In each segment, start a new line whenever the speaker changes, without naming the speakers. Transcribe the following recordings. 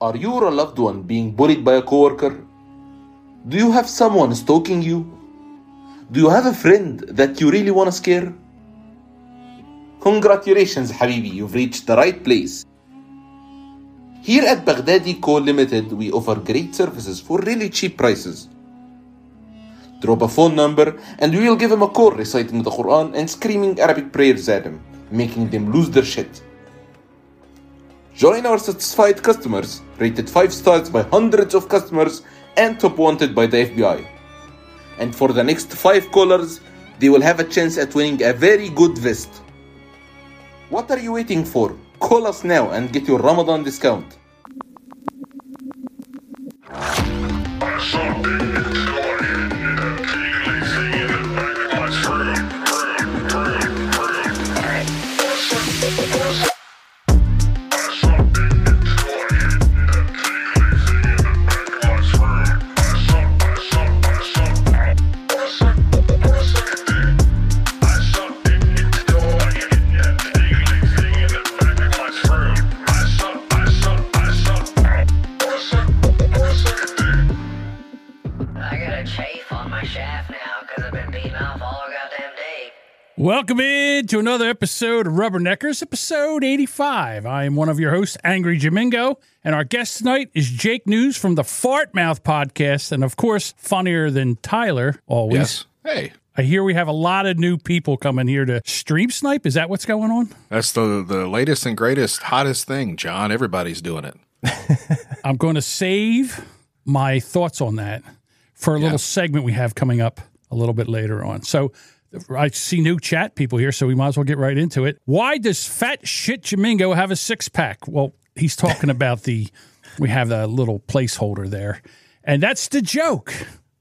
Are you or a loved one being bullied by a coworker? Do you have someone stalking you? Do you have a friend that you really want to scare? Congratulations, Habibi, you've reached the right place. Here at Baghdadi Co Limited, we offer great services for really cheap prices. Drop a phone number and we will give him a call reciting the Quran and screaming Arabic prayers at him, making them lose their shit. Join our satisfied customers, rated 5 stars by hundreds of customers and top wanted by the FBI. And for the next 5 callers, they will have a chance at winning a very good vest. What are you waiting for? Call us now and get your Ramadan discount.
Something is going in that feeling, singing it back in my
I got a chafe on my shaft now because I've been beating off all goddamn day.
Welcome in to another episode of Rubberneckers, episode 85. I am one of your hosts, Angry Jamingo, and our guest tonight is Jake News from the Fart Mouth podcast, and of course, funnier than Tyler always.
Yes. Hey,
I hear we have a lot of new people coming here to stream snipe. Is that what's going on?
that's the the latest and greatest, hottest thing, John. Everybody's doing it.
I'm going to save my thoughts on that for a little segment we have coming up a little bit later on. So I see new chat people here, so we might as well get right into it. Why does fat shit Jamingo have a six pack? Well, he's talking about the we have the little placeholder there, and that's the joke.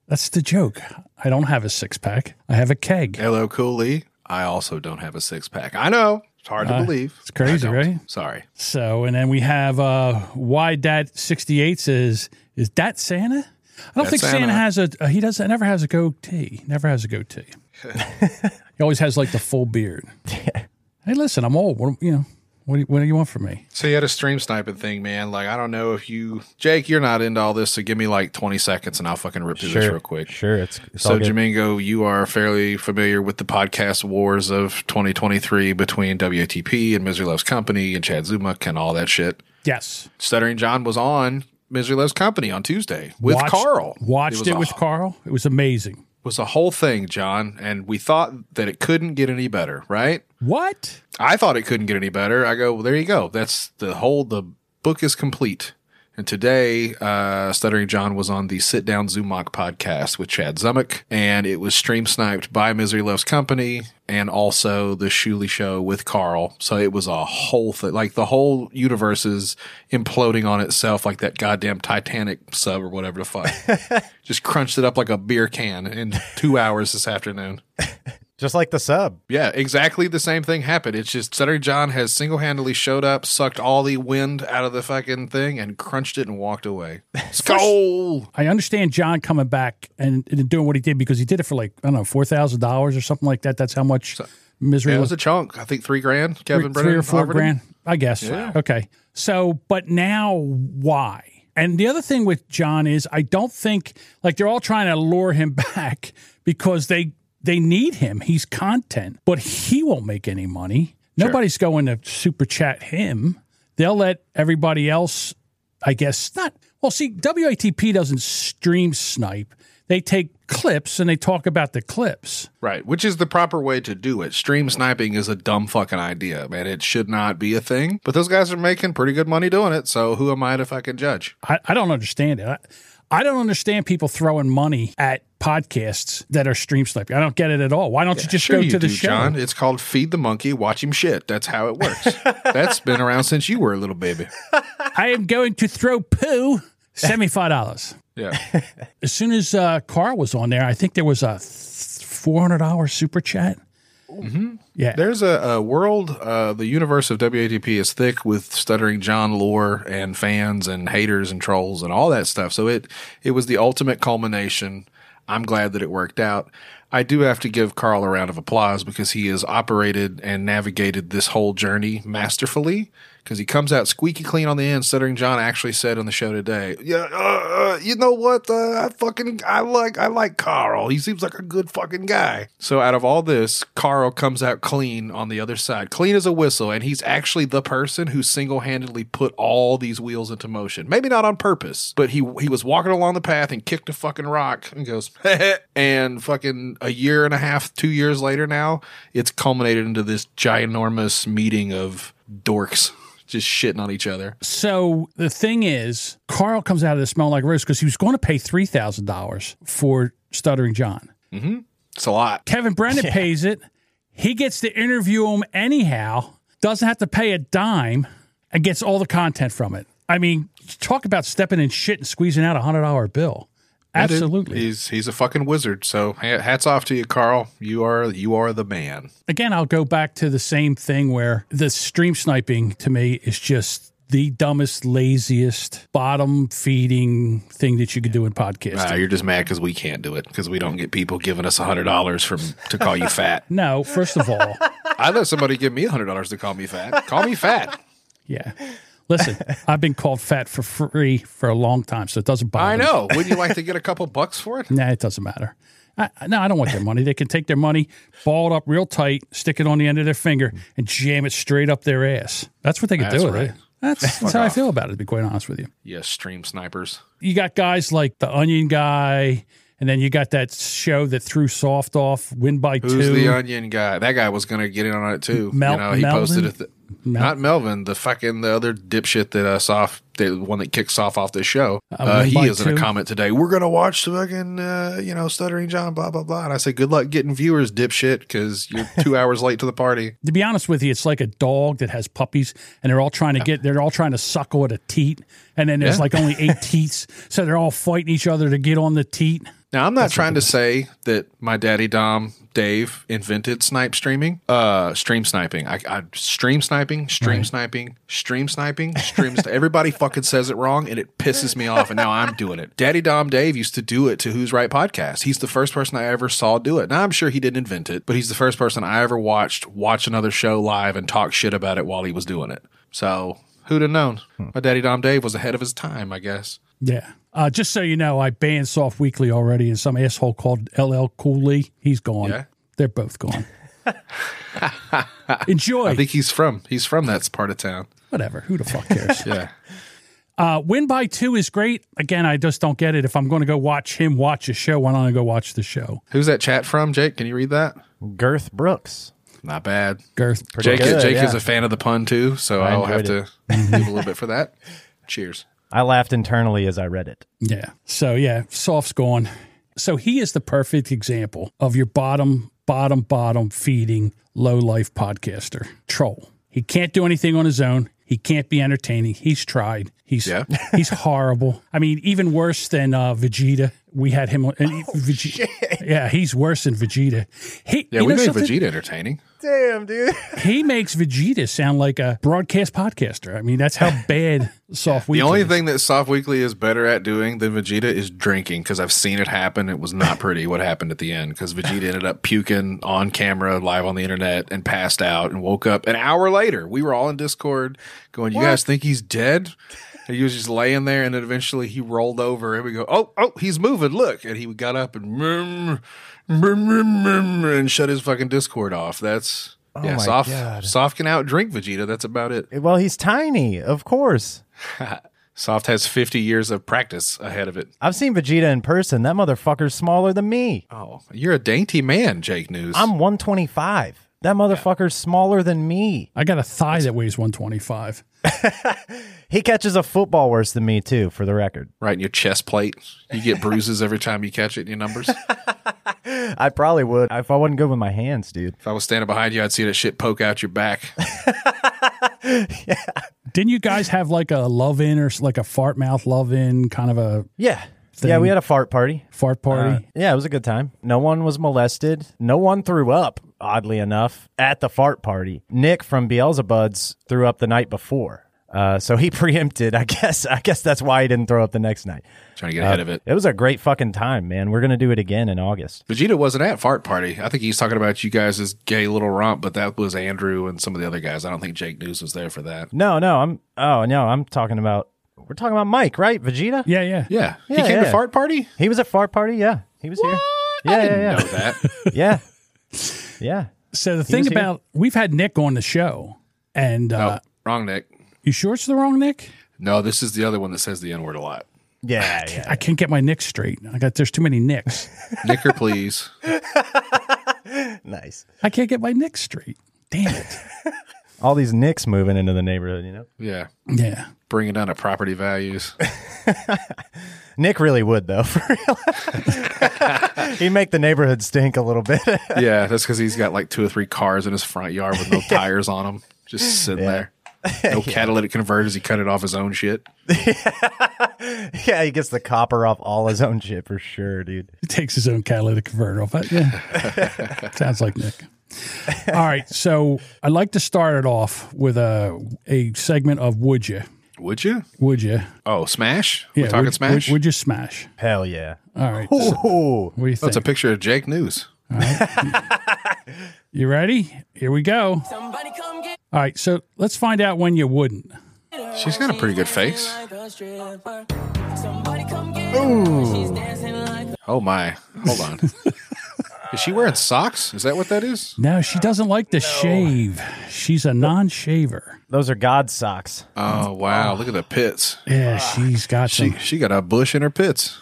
That's the joke. I don't have a six pack. I have a keg.
Hello, Cooley. I also don't have a six pack. I know it's hard
Uh,
to believe. It's
crazy, right?
Sorry.
So, and then we have uh, why dat 68 says, is that Santa? I don't
That's
think Santa,
Santa.
has a, uh, he doesn't, never has a goatee. Never has a goatee. he always has like the full beard. hey, listen, I'm old. What, you know, what do you, what do you want from me?
So you had a stream sniping thing, man. Like I don't know if you, Jake, you're not into all this. So give me like 20 seconds, and I'll fucking rip through this real quick.
Sure, it's, it's
So
all good.
Jamingo, you are fairly familiar with the podcast wars of 2023 between WATP and Misery Loves Company and Chad Zumach and all that shit.
Yes.
Stuttering John was on Misery Loves Company on Tuesday with
Watched-
Carl.
Watched
was
it,
a
with Carl. It was amazing.
was a whole thing, John, and we thought that it couldn't get any better, right?
What?
I thought it couldn't get any better. I go, well, there you go. That's the whole, the book is complete. And today, uh, Stuttering John was on the Sit Down Zumok podcast with Chad Zummick, and it was stream sniped by Misery Loves Company and also the Shuli Show with Carl. So it was a whole thing. Like the whole universe is imploding on itself, like that goddamn Titanic sub or whatever the fuck. Just crunched it up like a beer can in two hours this afternoon.
Just like the sub.
Yeah, exactly the same thing happened. It's just Cedric John has single handedly showed up, sucked all the wind out of the fucking thing, and crunched it and walked away. Skull!
I understand John coming back and, and doing what he did because he did it for like, I don't know, $4,000 or something like that. That's how much misery
Yeah, it
was
was a chunk. I think three grand. Kevin
three,
Brennan.
three or four
Poverty.
grand, I guess. Okay. So, but now why? And the other thing with John is I don't think like they're all trying to lure him back because they they need him. He's content, but he won't make any money. Nobody's going to super chat him. They'll let everybody else, I guess, not. Well, see, WATP doesn't stream snipe. They take clips and they talk about the clips.
Right, which is the proper way to do it. Stream sniping is a dumb fucking idea, man. It should not be a thing. But those guys are making pretty good money doing it, so who am I to fucking judge?
I, I don't understand it. I, I don't understand people throwing money at podcasts that are stream sniping. I don't get it at all. Why don't you just
Sure
go
you
to the
do,
show?
John. It's called feed the monkey, watch him shit. That's how it works. That's been around since you were a little baby.
I am going to throw poo. Seventy-five dollars.
Yeah.
As soon as uh, Carl was on there, I think there was a four hundred dollars super chat.
Mm-hmm.
Yeah,
There's a, a world, uh, the universe of WATP is thick with stuttering John lore and fans and haters and trolls and all that stuff. So it it was the ultimate culmination. I'm glad that it worked out. I do have to give Carl a round of applause because he has operated and navigated this whole journey masterfully. because he comes out squeaky clean on the end. Stuttering John actually said on the show today, "Yeah, uh, uh, you know what? Uh, I fucking I like I like Carl. He seems like a good fucking guy." So out of all this, Carl comes out clean on the other side, clean as a whistle, and he's actually the person who single handedly put all these wheels into motion. Maybe not on purpose, but he he was walking along the path and kicked a fucking rock and goes, and fucking a year and a half, two years later now, it's culminated into this ginormous meeting of dorks just shitting on each other.
So the thing is, Carl comes out of this smell like rose because he was going to pay three thousand dollars for Stuttering John.
It's a lot.
Kevin Brennan pays it. He gets to interview him anyhow, doesn't have to pay a dime, and gets all the content from it. I mean, talk about stepping in shit and squeezing out a hundred dollar bill. Absolutely.
He's he's a fucking wizard. So ha- hats off to you, Carl. You are you are the man.
Again, I'll go back to the same thing where the stream sniping to me is just the dumbest, laziest, bottom feeding thing that you could do in podcasting.
Ah, you're just mad because we can't do it because we don't get people giving us hundred dollars from to call you fat.
No, first of all,
I let somebody give me hundred dollars to call me fat. Call me fat.
yeah. Listen, I've been called fat for free for a long time, so it doesn't bother
I
me.
know. Wouldn't you like to get a couple bucks for it?
Nah, it doesn't matter. I, I- no, I don't want their money. They can take their money, ball it up real tight, stick it on the end of their finger, and jam it straight up their ass. That's what they could
That's
do with it.
right.
That's, that's how I feel about it, to be quite honest with you.
Yes, stream snipers.
You got guys like the Onion Guy, and then you got that show that threw Soft off, win by
Who's
two.
the onion guy? That guy was gonna get in on it too.
Mel-
you know, he
Melvin?
posted it. Th-
Mel-
not Melvin, the fucking the other dipshit that uh, soft, the one that kicks off off this show. Uh,
Win
he
by
is in
Two?
a comment today. We're gonna watch the fucking uh, you know stuttering John, blah blah blah. And I say, good luck getting viewers, dipshit, because you're two hours late to the party.
to be honest with you, it's like a dog that has puppies and they're all trying to get, they're all trying to suckle at a teat. And then there's
Yeah.
like only eight teats. So they're all fighting each other to get on the teat.
Now, I'm not trying to say that my daddy Dom Dave invented snipe streaming, uh, stream sniping. I, I stream sniping, stream sniping, stream sniping, stream. sni- everybody fucking says it wrong, and it pisses me off. And now I'm doing it. Daddy Dom Dave used to do it to Who's Right podcast. He's the first person I ever saw do it. Now I'm sure he didn't invent it, but he's the first person I ever watched watch another show live and talk shit about it while he was doing it. So who'd have known? My daddy Dom Dave was ahead of his time, I guess.
Yeah. Uh, just so you know, I banned Soft Weekly already, and some asshole called LL Cooley. He's gone.
Yeah.
They're both gone. Enjoy.
I think he's from he's from that part of town.
Whatever. Who the fuck cares?
Yeah.
uh, win by two is great. Again, I just don't get it. If I'm going to go watch him watch a show, why don't I go watch the show?
Who's that chat from, Jake? Can you read that?
Girth Brooks.
Not bad.
Girth.
Jake,
good,
Jake
yeah.
is a fan of the pun too, so I will have
enjoyed
to give a little bit for that. Cheers.
I laughed internally as I read it.
Yeah. So yeah, soft's gone. So he is the perfect example of your bottom, bottom, bottom feeding low life podcaster troll. He can't do anything on his own. He can't be entertaining. He's tried. He's
Yeah.
he's horrible. I mean, even worse than uh, Vegeta. We had him. on- And
Oh,
Vegeta, Yeah, he's worse than Vegeta. He,
Yeah,
you
we
know
made
something?
Vegeta entertaining.
Damn, dude.
He makes Vegeta sound like a broadcast podcaster. I mean, that's how bad soft.
The
Weekly
only
is.
thing that Soft Weekly is better at doing than Vegeta is drinking because I've seen it happen. It was not pretty what happened at the end because Vegeta ended up puking on camera, live on the internet, and passed out and woke up an hour later. We were all in Discord going, You guys think he's dead? And he was just laying there, and then eventually he rolled over, and we go, "Oh, oh, he's moving! Look!" And he got up and mmm, mmm, mmm, mmm, and shut his fucking Discord off. That's yeah,
Oh my
soft,
God.
soft can out drink Vegeta. That's about it.
Well, he's tiny, of course.
Soft has 50 years of practice ahead of it.
I've seen Vegeta in person. That motherfucker's smaller than me.
Oh, you're a dainty man, Jake News.
I'm 125. That motherfucker's smaller than me.
I got a thigh that weighs 125.
He catches a football worse than me, too, for the record.
right in your chest plate. You get bruises every time you catch it in your numbers. if
I probably would if I wasn't good with my hands, dude.
I was standing behind you, I'd see that shit poke out your back.
Didn't you guys have like a love in or s- like a fart mouth love in kind of a
Yeah. Yeah, we had a fart party.
fart
Uh,
party?
yeah, it was a good time. No one was molested. No one threw up, oddly enough, at the fart party. Nick from Beelzebuds threw up the night before. Uh, so he preempted. I guess. I guess that's why he didn't throw up the next night.
Trying to get ahead of it.
It was a great fucking time, man. We're gonna do it again in August.
Vegeta wasn't at fart party. I think he's talking about you guys' gay little romp, but that was Andrew and some of the other guys. I don't think Jake News was there for that.
No, no. I'm. Oh no. I'm talking about. We're talking about Mike, right? Vegeta.
Yeah, yeah.
Yeah, he
Yeah,
came to
yeah.
fart party.
He was at fart party. Yeah, he was here. Yeah, yeah,
Know that.
yeah, yeah, yeah.
So the thing
was here.
about we've had Nick on the show, and uh,
Oh, Wrong Nick.
you sure it's the wrong Nick?
No, this is the other one that says the N word a lot.
Yeah, yeah.
I can't get my Nick straight. I got there's too many Nicks.
Nicker, please.
Nice.
I can't get my Nick straight. Damn it.
All these Knicks moving into the neighborhood, you know.
Yeah.
Yeah.
Bringing down the property values.
Nick really would though. For real. He'd make the neighborhood stink a little bit.
yeah, that's because he's got like two or three cars in his front yard with no tires on them, just sitting there. No catalytic converters. He cut it off his own shit.
yeah, he gets the copper off all his own shit for sure, dude.
He takes his own catalytic converter off. Yeah. Sounds like Nick. All right. So I'd like to start it off with a a segment of Would You?
Would you?
Would You?
Oh, smash? We're talking
would,
smash?
Would, would You Smash?
Hell yeah.
All right.
Ooh.
What do you
oh,
think?
it's a picture of Jake News.
you ready? Here we go.
Somebody come get
All right. So let's find out when you wouldn't.
her.
She's got a pretty good face.
Like a stripper. Somebody come get her. She's dancing like a
Oh, my. Hold on. is she wearing socks? Is that what that is?
No, she doesn't like to shave. She's a non shaver.
Those are God socks.
Oh, wow. Look at the pits.
Yeah, she's got
She,
some.
she got a bush in her pits.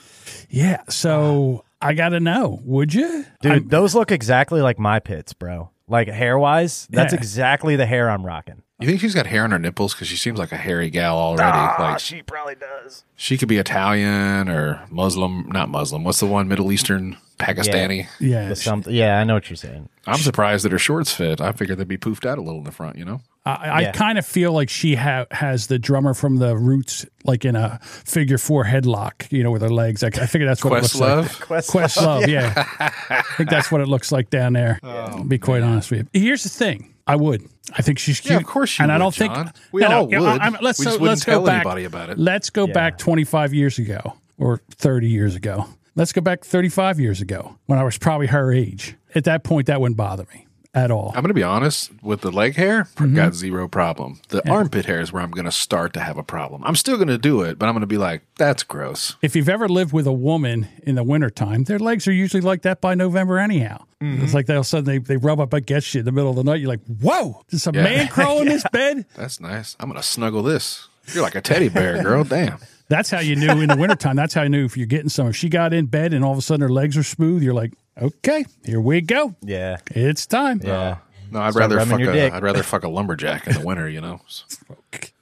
Yeah. So I got to know, would you?
Dude, those look exactly like my pits, bro. Like hair wise, that's
Yeah.
exactly the hair I'm rocking.
You think she's got hair on her nipples? Because she seems like a hairy gal already. like she probably does. She could be Italian or Muslim, not Muslim. What's the one Middle Eastern, Pakistani?
Yeah.
The something. Yeah, I know what you're saying.
I'm surprised that her shorts fit. I figured they'd be poofed out a little in the front. You know,
I, I
Yeah.
kind of feel like she ha- has the drummer from the Roots, like in a figure four headlock, you know, with her legs. I, I figure that's what it looks like.
Questlove.
Quest love, yeah. I think that's what it looks like down there.
Oh,
to be quite honest with you. Here's the thing: I would. I think she's cute.
Yeah, of course you
And I don't
would, John.
think
We all
yeah,
would.
I- I'm- let's
We
so-
just wouldn't
let's go
tell
back-
anybody about it.
Let's go back
Yeah.
25 years ago or 30 years ago. Let's go back 35 years ago when I was probably her age. At that point, that wouldn't bother me at all.
I'm gonna be honest with the leg hair. Got zero problem. The armpit hair is where I'm gonna start to have a problem. I'm still gonna do it, but I'm gonna be like, that's gross.
if you've ever lived with a woman in the wintertime, their legs are usually like that by November anyhow.
Mm-hmm.
It's like they all of a sudden they, they rub up against you in the middle of the night. You're like, whoa, did some
Yeah.
man crawl in this bed?
That's nice. I'm gonna snuggle this. You're like a teddy bear, girl. Damn.
That's how you knew in the wintertime. That's how you knew if you're getting some. If she got in bed and all of a sudden her legs are smooth, you're like, okay, here we go.
Yeah.
It's time.
Yeah.
No, I'd
Start
rather
rubbing
fuck
your
a,
dick.
I'd rather fuck a lumberjack in the winter, you know.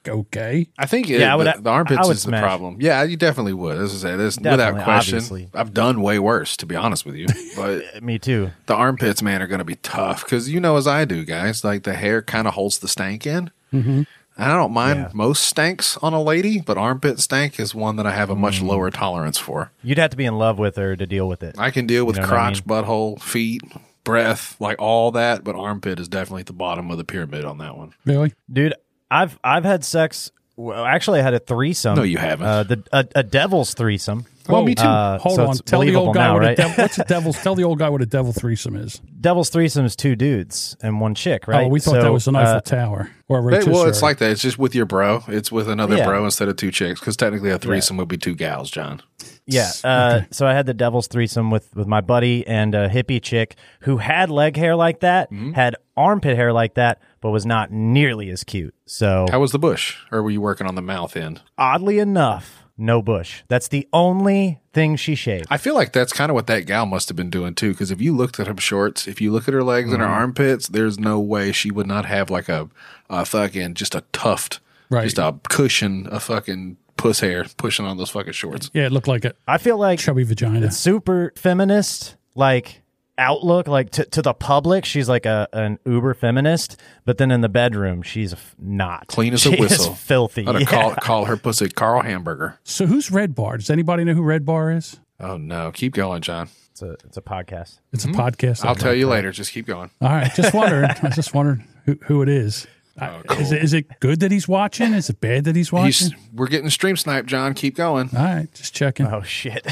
Okay.
I think
Yeah, I
it,
would-
the, the armpits
I would
is
smash.
the problem. Yeah, you definitely would. This is it. This without
Definitely,
question.
obviously.
I've done way worse, to be honest with you. But
Me too.
the armpits, man, are going to be tough because you know as I do, guys. Like the hair kind of holds the stank in.
Mm-hmm.
I don't mind most stanks on a lady, but armpit stank is one that I have a much
Mm.
lower tolerance for.
You'd have to be in love with her to deal with it.
I can deal with
know what I
crotch, butthole, feet, breath, like all that, but armpit is definitely at the bottom of the pyramid on that one.
Really?
Dude, I've I've had sex well, actually I had a threesome.
No, you haven't.
Uh, the a, a devil's threesome.
Well, me too.
Uh,
Oh, Hold
so
on.
it's
Tell the
believable
old guy
now,
what a
right?
devil, what's a devil's tell the old guy what a devil threesome is.
devil's threesome is two dudes and one chick, right?
Oh, we thought
So,
that was an
uh,
Eiffel Tower or a
Hey,
rotisserie.
well, it's like that. It's just with your bro. It's with another
Yeah.
bro instead of two chicks because technically a threesome would be two gals, John.
Yeah. Uh, So I had the devil's threesome with, with my buddy and a hippie chick who had leg hair like that,
Mm-hmm.
had armpit hair like that, but was not nearly as cute. So
How was the bush? Or were you working on the mouth end?
oddly enough, no bush. That's the only thing she shaved.
I feel like that's kind of what that gal must have been doing too. Because if you looked at her shorts, if you look at her legs and her armpits, there's no way she would not have like a, a fucking just a tuft,
Right.
just a cushion, a fucking puss hair pushing on those fucking shorts.
yeah, it looked like a
I feel like
chubby vagina.
super feminist like outlook like to, to the public she's like a an uber feminist but then in the bedroom she's f- not
Clean as
She
a
is
whistle.
filthy
I'd have
yeah.
call call her pussy Carl Hamburger.
So who's Red Bar? Does anybody know who Red Bar is?
Oh no, keep going, John.
it's, a, it's a podcast
It's a podcast.
I'll tell you later. Just keep going.
All right, just wondering. I was just wondering who, who it is.
Oh,
I-
cool.
Is, it, is it good that he's watching? Is it bad that he's watching?
He's, we're getting stream snipe, John. Keep going.
All right, just checking.
Oh shit.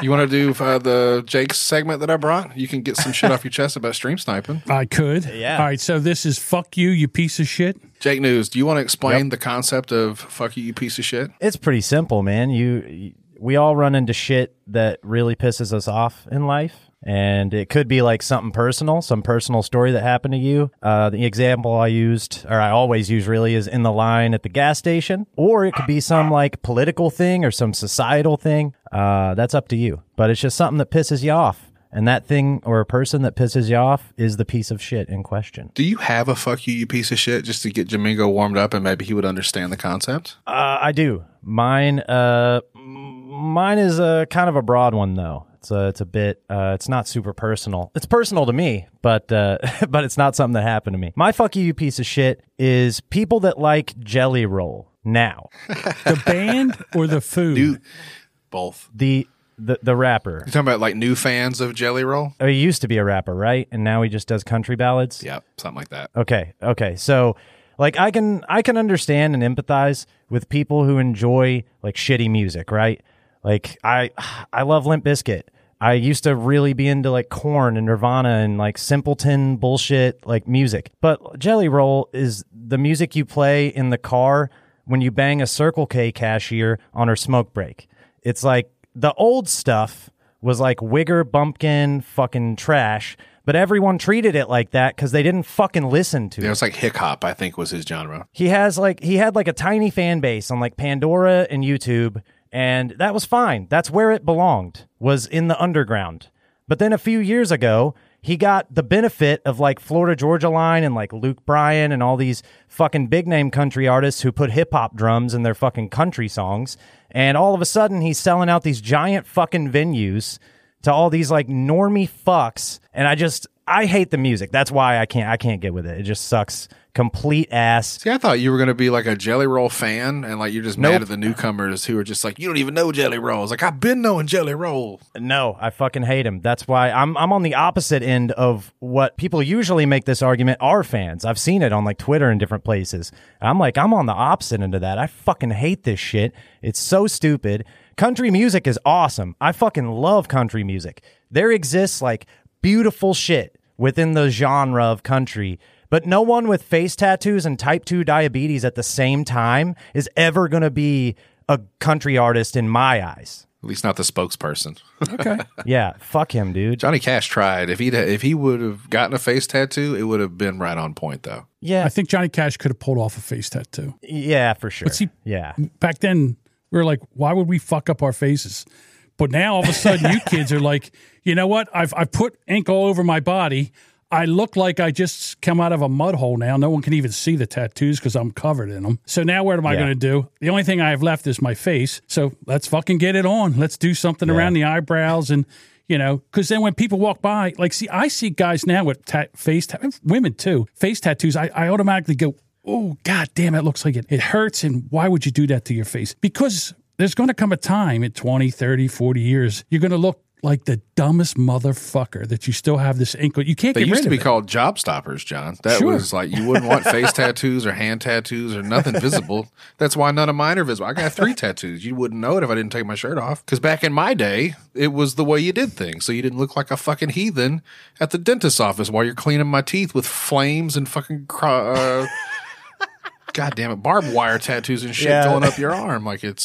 You want to do uh, the Jake's segment that I brought? You can get some shit off your chest about stream sniping.
I could.
Yeah.
All right, so this is fuck you, you piece of shit.
Jake News, do you want to explain the concept of fuck you, you piece of shit?
it's pretty simple, man. You, you- we all run into shit that really pisses us off in life. And it could be like something personal, some personal story that happened to you. Uh, the example I used, or I always use really, is in the line at the gas station. Or it could be some like political thing or some societal thing. Uh, that's up to you. But it's just something that pisses you off. And that thing or a person that pisses you off is the piece of shit in question.
Do you have a fuck you, you piece of shit just to get Jamingo warmed up and maybe he would understand the concept?
Uh, I do. Mine. Uh, m- mine is a kind of a broad one though. It's a, it's a bit. Uh, it's not super personal. It's personal to me, but uh, but it's not something that happened to me. My fuck you, you piece of shit, is people that like Jelly Roll. Now
The band or the food?
Both.
the the the rapper.
You talking about like new fans of Jelly Roll?
Oh, he used to be a rapper, right? And now he just does country ballads.
Yeah, something like that.
Okay. Okay. So like I can I can understand and empathize with people who enjoy like shitty music, right? Like I I love Limp Bizkit. I used to really be into like Corn and Nirvana and like simpleton bullshit like music. But Jelly Roll is the music you play in the car when you bang a Circle K cashier on her smoke break. It's like the old stuff was like wigger bumpkin fucking trash, but everyone treated it like that because they didn't fucking listen to
Yeah,
it.
it's like hip hop, I think was his genre.
He has like he had like a tiny fan base on like Pandora and YouTube, and that was fine. That's where it belonged, was in the underground. But then a few years ago, he got the benefit of like Florida Georgia Line and like Luke Bryan and all these fucking big name country artists who put hip hop drums in their fucking country songs. And all of a sudden, he's selling out these giant fucking venues to all these like normie fucks and i just i hate the music that's why i can't i can't get with it it just sucks complete ass
See, I thought you were going to be like a Jelly Roll fan and like you're just mad
Nope.
at the newcomers who are just like, you don't even know Jelly Roll. It's like, I've been knowing Jelly Roll.
no i fucking hate him that's why i'm i'm on the opposite end of what people usually make this argument are fans i've seen it on like twitter and different places i'm like i'm on the opposite end of that i fucking hate this shit it's so stupid country music is awesome i fucking love country music there exists like beautiful shit within the genre of country. But no one with face tattoos and type 2 diabetes at the same time is ever going to be a country artist in my eyes.
At least not the spokesperson.
Okay.
Yeah, fuck him, dude.
Johnny Cash tried. If he'd if he would have gotten a face tattoo, it would have been right on point though.
Yeah,
I think Johnny Cash could have pulled off a face tattoo.
yeah, for sure.
see-
yeah.
Back then, we were like, why would we fuck up our faces? But now all of a sudden, you kids are like, you know what? I've, I've put ink all over my body. I look like I just come out of a mud hole now. No one can even see the tattoos because I'm covered in them. So now what am I
Yeah.
going to do? The only thing I have left is my face. So let's fucking get it on. Let's do something around the eyebrows and, you know, because then when people walk by, like, see, I see guys now with ta- face, ta- women too, face tattoos. I, I automatically go, oh, God damn, it looks like it, it hurts. And why would you do that to your face? Because there's going to come a time in 20, 30, 40 years, you're going to look like the dumbest motherfucker that you still have this ankle. You can't
They
get rid
used to
of
be
it.
called job stoppers, John. That
Sure.
was like you wouldn't want face tattoos or hand tattoos or nothing visible. That's why none of mine are visible. I got three tattoos. You wouldn't know it if I didn't take my shirt off. Because back in my day, it was the way you did things. So you didn't look like a fucking heathen at the dentist's office while you're cleaning my teeth with flames and fucking cro- uh, god damn it, barbed wire tattoos and shit
Yeah.
going up your arm. Like it's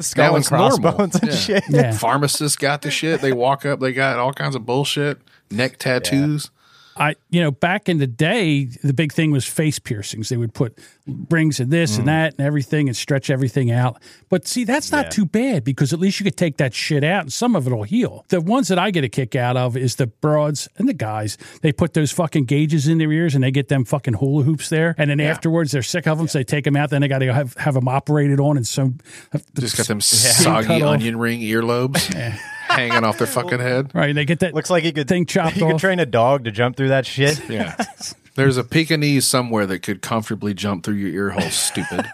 Skull and
it's normal.
crossbones and
Yeah.
shit.
Yeah.
pharmacists got the shit. They walk up, they got all kinds of bullshit. Neck tattoos.
I, you know, back in the day, the big thing was face piercings. They would put rings and this
Mm.
and that and everything and stretch everything out. But see, that's not too bad because at least you could take that shit out and some of it will heal. The ones that I get a kick out of is the broads and the guys. They put those fucking gauges in their ears and they get them fucking hula hoops there. And then afterwards, they're sick of them. So they take them out. Then they got to have, have them operated on and some.
Just got them soggy
Cut off.
onion ring earlobes hanging off their fucking head.
Right. They get that.
Looks like you could
Thing chopped
You
off.
could train a dog to jump through that shit.
Yeah. There's a Pekingese somewhere that could comfortably jump through your ear hole, stupid.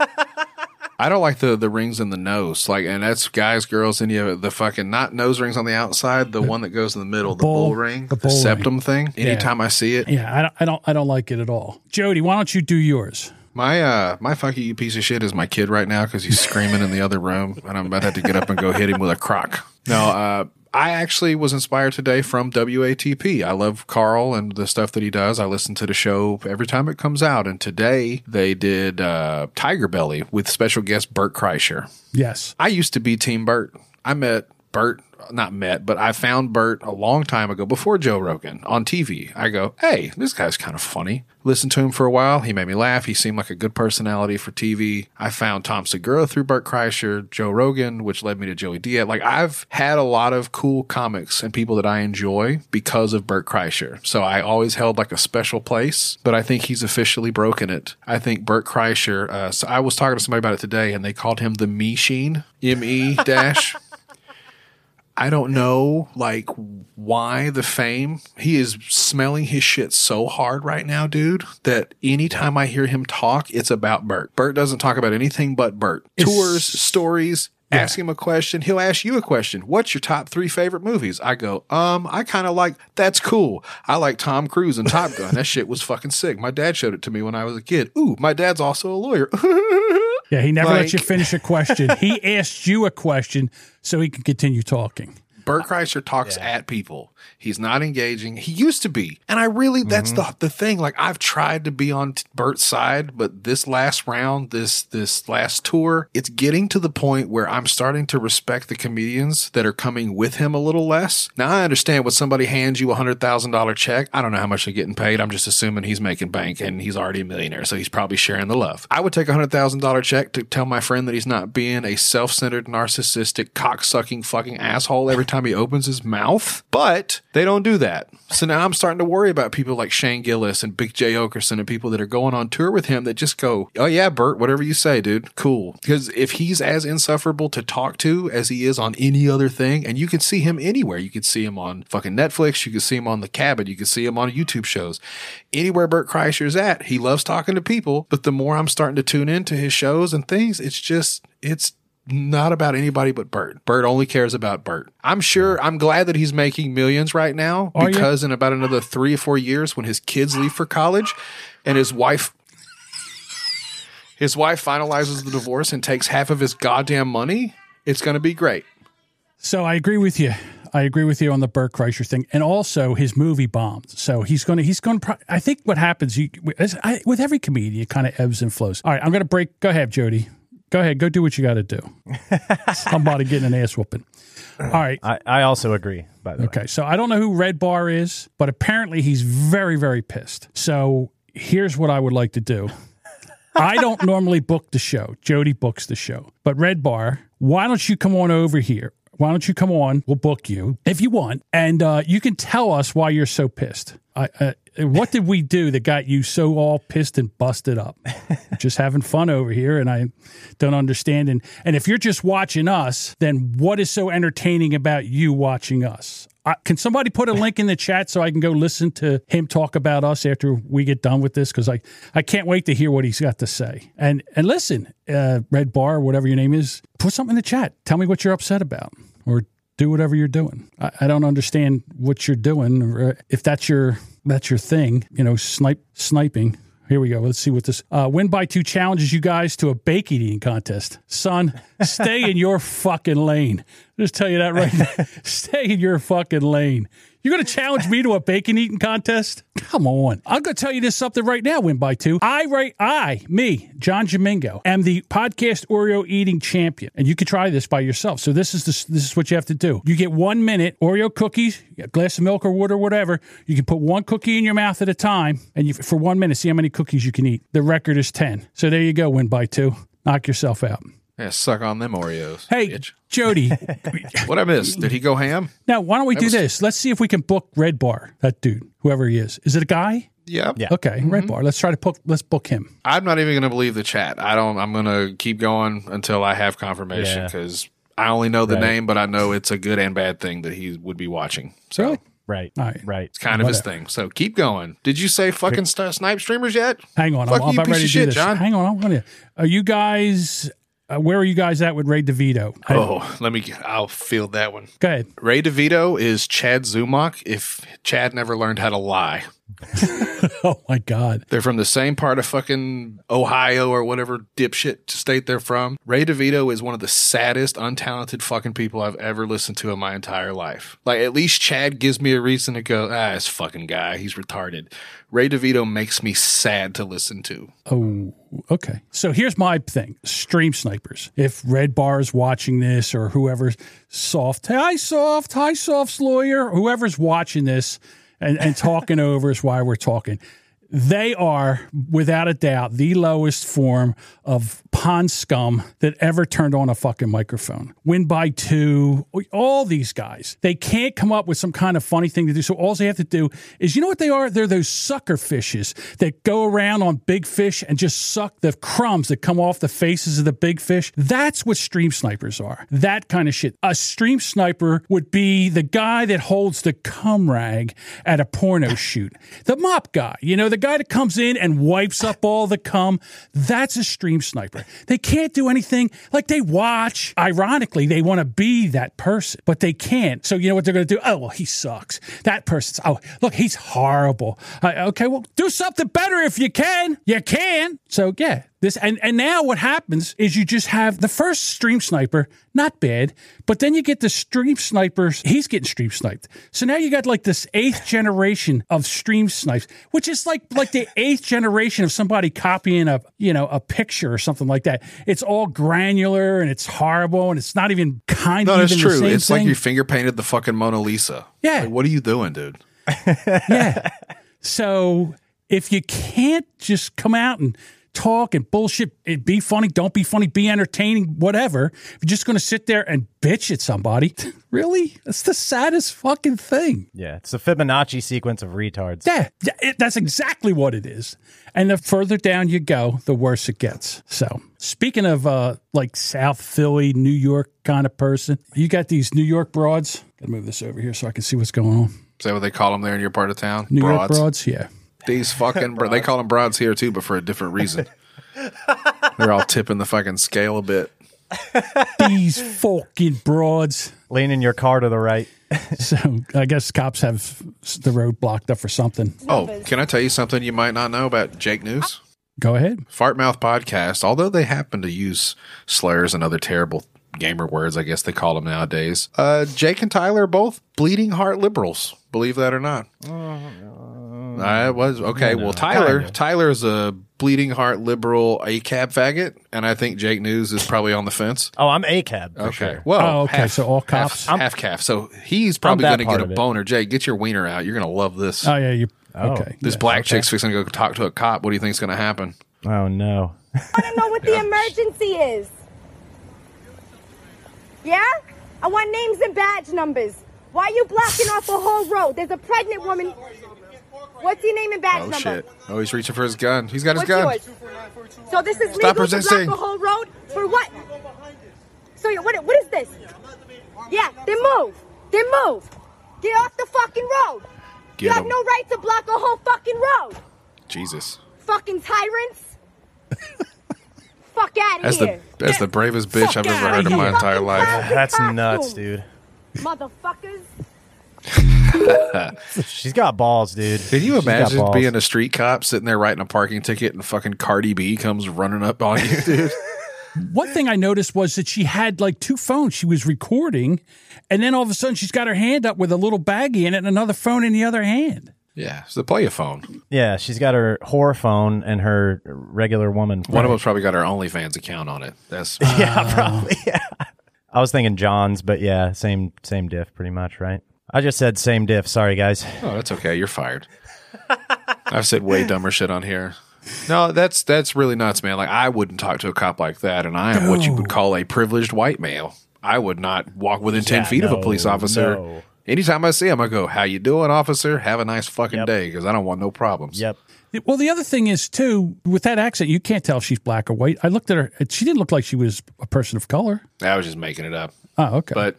I don't like the the rings in the nose, like, and that's guys, girls, any of it. The fucking not nose rings on the outside, the, one that goes in the middle, the
bowl-
bull, ring,
the
the,
bowl ring.
septum thing. Anytime I see it,
Yeah, I don't, I don't, I don't like it at all. Jody, why don't you do yours?
my uh, my fuck you piece of shit is my kid right now because he's screaming in the other room, and I'm about to have to get up and go hit him with a crock. No, uh, I actually was inspired today from WATP. I love Carl and the stuff that he does. I listen to the show every time it comes out, and today they did uh, Tiger Belly with special guest Bert Kreischer.
Yes.
I used to be Team Bert. I met Bert, not met, but I found Bert a long time ago before Joe Rogan on TV. I go, hey, this guy's kind of funny. Listened to him for a while. He made me laugh. He seemed like a good personality for TV. I found Tom Segura through Bert Kreischer, Joe Rogan, which led me to Joey Diaz. Like, I've had a lot of cool comics and people that I enjoy because of Bert Kreischer. So I always held like a special place, but I think he's officially broken it. I think Bert Kreischer, uh, so I was talking to somebody about it today and they called him the Machine, M E dash. I don't know like why the fame. He is smelling his shit so hard right now, dude, that anytime I hear him talk, it's about Bert. Bert doesn't talk about anything but Bert. Tours, stories, ask him a question, he'll ask you a question. What's your top 3 favorite movies? I go, "Um, I kind of like that's cool. I like Tom Cruise and Top Gun. that shit was fucking sick. My dad showed it to me when I was a kid. Ooh, my dad's also a lawyer."
Yeah, he never lets
Like-
you finish a question. he asked you a question so he can continue talking.
Bert Kreischer talks at people. He's not engaging. He used to be. And I really, that's the, the thing. Like, I've tried to be on t- Bert's side, but this last round, this, this last tour, it's getting to the point where I'm starting to respect the comedians that are coming with him a little less. Now, I understand when somebody hands you a $100,000 check, I don't know how much they're getting paid. I'm just assuming he's making bank and he's already a millionaire. So he's probably sharing the love. I would take a $100,000 check to tell my friend that he's not being a self centered, narcissistic, cocksucking fucking asshole every time he opens his mouth, but they don't do that. So now I'm starting to worry about people like Shane Gillis and Big J. Okerson and people that are going on tour with him that just go, oh yeah, Bert, whatever you say, dude, cool. Because if he's as insufferable to talk to as he is on any other thing, and you can see him anywhere, you could see him on fucking Netflix, you could see him on The Cabin, you could see him on YouTube shows, anywhere Bert Kreischer's at, he loves talking to people. But the more I'm starting to tune into his shows and things, it's just, it's not about anybody but Bert. Bert only cares about Bert. I'm sure. I'm glad that he's making millions right now
Are you?
because in about another three or four years, when his kids leave for college, and his wife, his wife finalizes the divorce and takes half of his goddamn money, it's going to be great.
So I agree with you. I agree with you on the Burt Kreischer thing, and also his movie bombed. So he's gonna he's gonna. Pro- I think what happens you, as I, with every comedian, it kind of ebbs and flows. All right, I'm gonna break. Go ahead, Jody. Go ahead. Go do what you got to do. Somebody getting an ass whooping. All right.
I, I also agree, by the way.
Okay, so I don't know who Red Bar is, but apparently he's very, very pissed. So here's what I would like to do. I don't normally book the show. Jody books the show. But Red Bar, why don't you come on over here? Why don't you come on? We'll book you if you want, and uh, you can tell us why you're so pissed. I, uh, what did we do that got you so all pissed and busted up? just having fun over here, and I don't understand. And and if you're just watching us, then what is so entertaining about you watching us? I, can somebody put a link in the chat so I can go listen to him talk about us after we get done with this? Because I, I can't wait to hear what he's got to say. And and listen, uh, Red Bar, whatever your name is, put something in the chat. Tell me what you're upset about, or do whatever you're doing. I, I don't understand what you're doing. or If that's your that's your thing, you know, snipe sniping. Here we go. Let's see what this uh, win by two challenges you guys to a bake eating contest. Son, stay in your fucking lane. Just tell you that right. now. stay in your fucking lane. You're going to challenge me to a bacon eating contest? Come on. I'm going to tell you this something right now, win by two. I, right, I, me, John Jamingo, am the podcast Oreo eating champion. And you can try this by yourself. So this is the, this is what you have to do. You get one minute Oreo cookies, a glass of milk or water, whatever. You can put one cookie in your mouth at a time and you, for one minute, see how many cookies you can eat. The record is 10. So there you go, win by two. Knock yourself out.
Yeah, suck on them Oreos.
Hey,
bitch.
Jody,
what I missed? Did he go ham?
now why don't we do
was-
this? Let's see if we can book Red Bar, that dude, whoever he is. Is it a guy?
Yep.
Yeah.
Okay,
Mm-hmm.
Red Bar. Let's try to book. Let's book him.
I'm not even going to believe the chat. I don't. I'm going to keep going until I have confirmation
Yeah.
because I only know the
Right.
name, but I know it's a good and bad thing that he would be watching. So.
Right.
All right.
Right.
kind of his thing. So keep going. Did you say fucking st- snipe streamers yet?
Hang on, I'm,
Fuck
I'm
you,
about
piece
ready to
of
do
shit,
this.
John.
Hang on, I'm gonna. Are you guys Uh, where are you guys at with Ray DeVito? I-
Oh, let me. I'll field that one.
Go ahead.
Ray DeVito is Chad Zumach. If Chad never learned how to lie,
Oh my God.
They're from the same part of fucking Ohio or whatever dipshit state they're from. Ray DeVito is one of the saddest, untalented fucking people I've ever listened to in my entire life. Like, at least Chad gives me a reason to go, ah, this fucking guy, he's retarded. Ray DeVito makes me sad to listen to.
Oh, okay. So here's my thing stream snipers. If Red Bar's watching this or whoever's soft, hi, soft, hi, soft's lawyer, whoever's watching this and, and talking over is why we're talking. They are, without a doubt, the lowest form of pond scum that ever turned on a fucking microphone. Win by two, all these guys. They can't come up with some kind of funny thing to do. So all they have to do is, you know what they are? They're those sucker fishes that go around on big fish and just suck the crumbs that come off the faces of the big fish. That's what stream snipers are. That kind of shit. A stream sniper would be the guy that holds the cum rag at a porno shoot. The mop guy, you know, the guy that comes in and wipes up all the cum. That's a stream sniper. They can't do anything. Like they watch. Ironically, they want to be that person, but they can't. So you know what they're going to do? Oh, well, he sucks. That person's, oh, look, he's horrible. Uh, okay, well, do something better if you can. You can. So yeah, this and, and now what happens is you just have the first stream sniper, not bad, but then you get the stream snipers, he's getting stream sniped. So now you got like this eighth generation of stream snipes, which is like like the eighth generation of somebody copying a you know a picture or something like that. It's all granular and it's horrible and it's not even kind
No,
of
that's
even the
true.
same
It's like
thing.
you finger painted the fucking Mona Lisa.
Yeah.
Like, what are you doing, dude?
yeah. So if you can't just come out and talk and bullshit, it be funny, don't be funny, be entertaining, whatever. If you're just going to sit there and bitch at somebody, really? That's the saddest fucking thing.
Yeah, it's a Fibonacci sequence of retards.
Yeah, yeah, it, that's exactly what it is. And the further down you go, the worse it gets. So, speaking of uh, like South Philly, New York kind of person, you got these New York broads. Gotta move this over here so I can see what's going on.
Is that what they call them there in your part of town?
New York broads, yeah.
These fucking, bro- they call them broads here too, but for a different reason. They're all tipping the fucking scale a bit.
These fucking broads.
Leaning your car to the right.
So I guess cops have the road blocked up or something.
Oh, can I tell you something you might not know about Jake News?
Go ahead.
Fartmouth podcast, although they happen to use slurs and other terrible gamer words, I guess they call them nowadays. Uh, Jake and Tyler are both bleeding heart liberals, believe that or not. I was okay. well, Tyler, Tyler is a bleeding heart liberal, a cab faggot, and I think Jake News is probably on the fence.
Oh, I'm a cab.
Okay. Well,
Oh, okay, so all cops?
half, half calf. So he's probably
that
going to
part
get a
of it.
boner. Jake, get your wiener out. You're going to love this.
Oh yeah, you okay?
this black chick's fixing to go talk to a cop. What do you think's going to happen?
Oh no.
I want to know what the emergency is. Yeah? I want names and badge numbers. Why are you blocking off a whole road? There's a pregnant woman. What's your name and badge
Oh
number?
shit! Oh, he's reaching for his gun. He's got his
What's
gun.
yours? So this is
Stop
legal to
resisting.
block a whole road for what? So you- what? What is this? Yeah, then move. Then move. Get off the fucking road. you
Get
have
him.
no right to block a whole fucking road.
Jesus.
Fucking tyrants. Fuck out of
That's
here.
the that's the bravest bitch
fuck
I've ever
outta
heard in
here.
my entire
Fucking
life.
clown.
That's
Ah,
nuts, dude.
Motherfuckers.
She's got balls, dude.
Can you
She's got
imagine
balls.
being a street cop sitting there writing a parking ticket and fucking Cardi B comes running up on you, dude?
One thing I noticed was that she had like two phones. She was recording, and then all of a sudden she's got her hand up with a little baggie in it and another phone in the other hand.
yeah, it's the play a phone.
Yeah, she's got her whore phone and her regular woman.
One of
phone.
us probably got our OnlyFans account on it. That's
I was thinking John's, but yeah, same same diff, pretty much, right? I just said same diff. Sorry, guys.
oh, that's okay. You're fired. I've said way dumber shit on here. No, that's that's really nuts, man. Like I wouldn't talk to a cop like that, and I am what you would call a privileged white male. I would not walk within ten feet of a
no,
police officer.
no.
Anytime I see him, I go, "How you doing, officer? Have a nice fucking day," because I don't want no problems.
Yep.
Well, the other thing is too with that accent, you can't tell if she's black or white. I looked at her; and she didn't look like she was a person of color.
I was just making it up.
Oh, okay.
But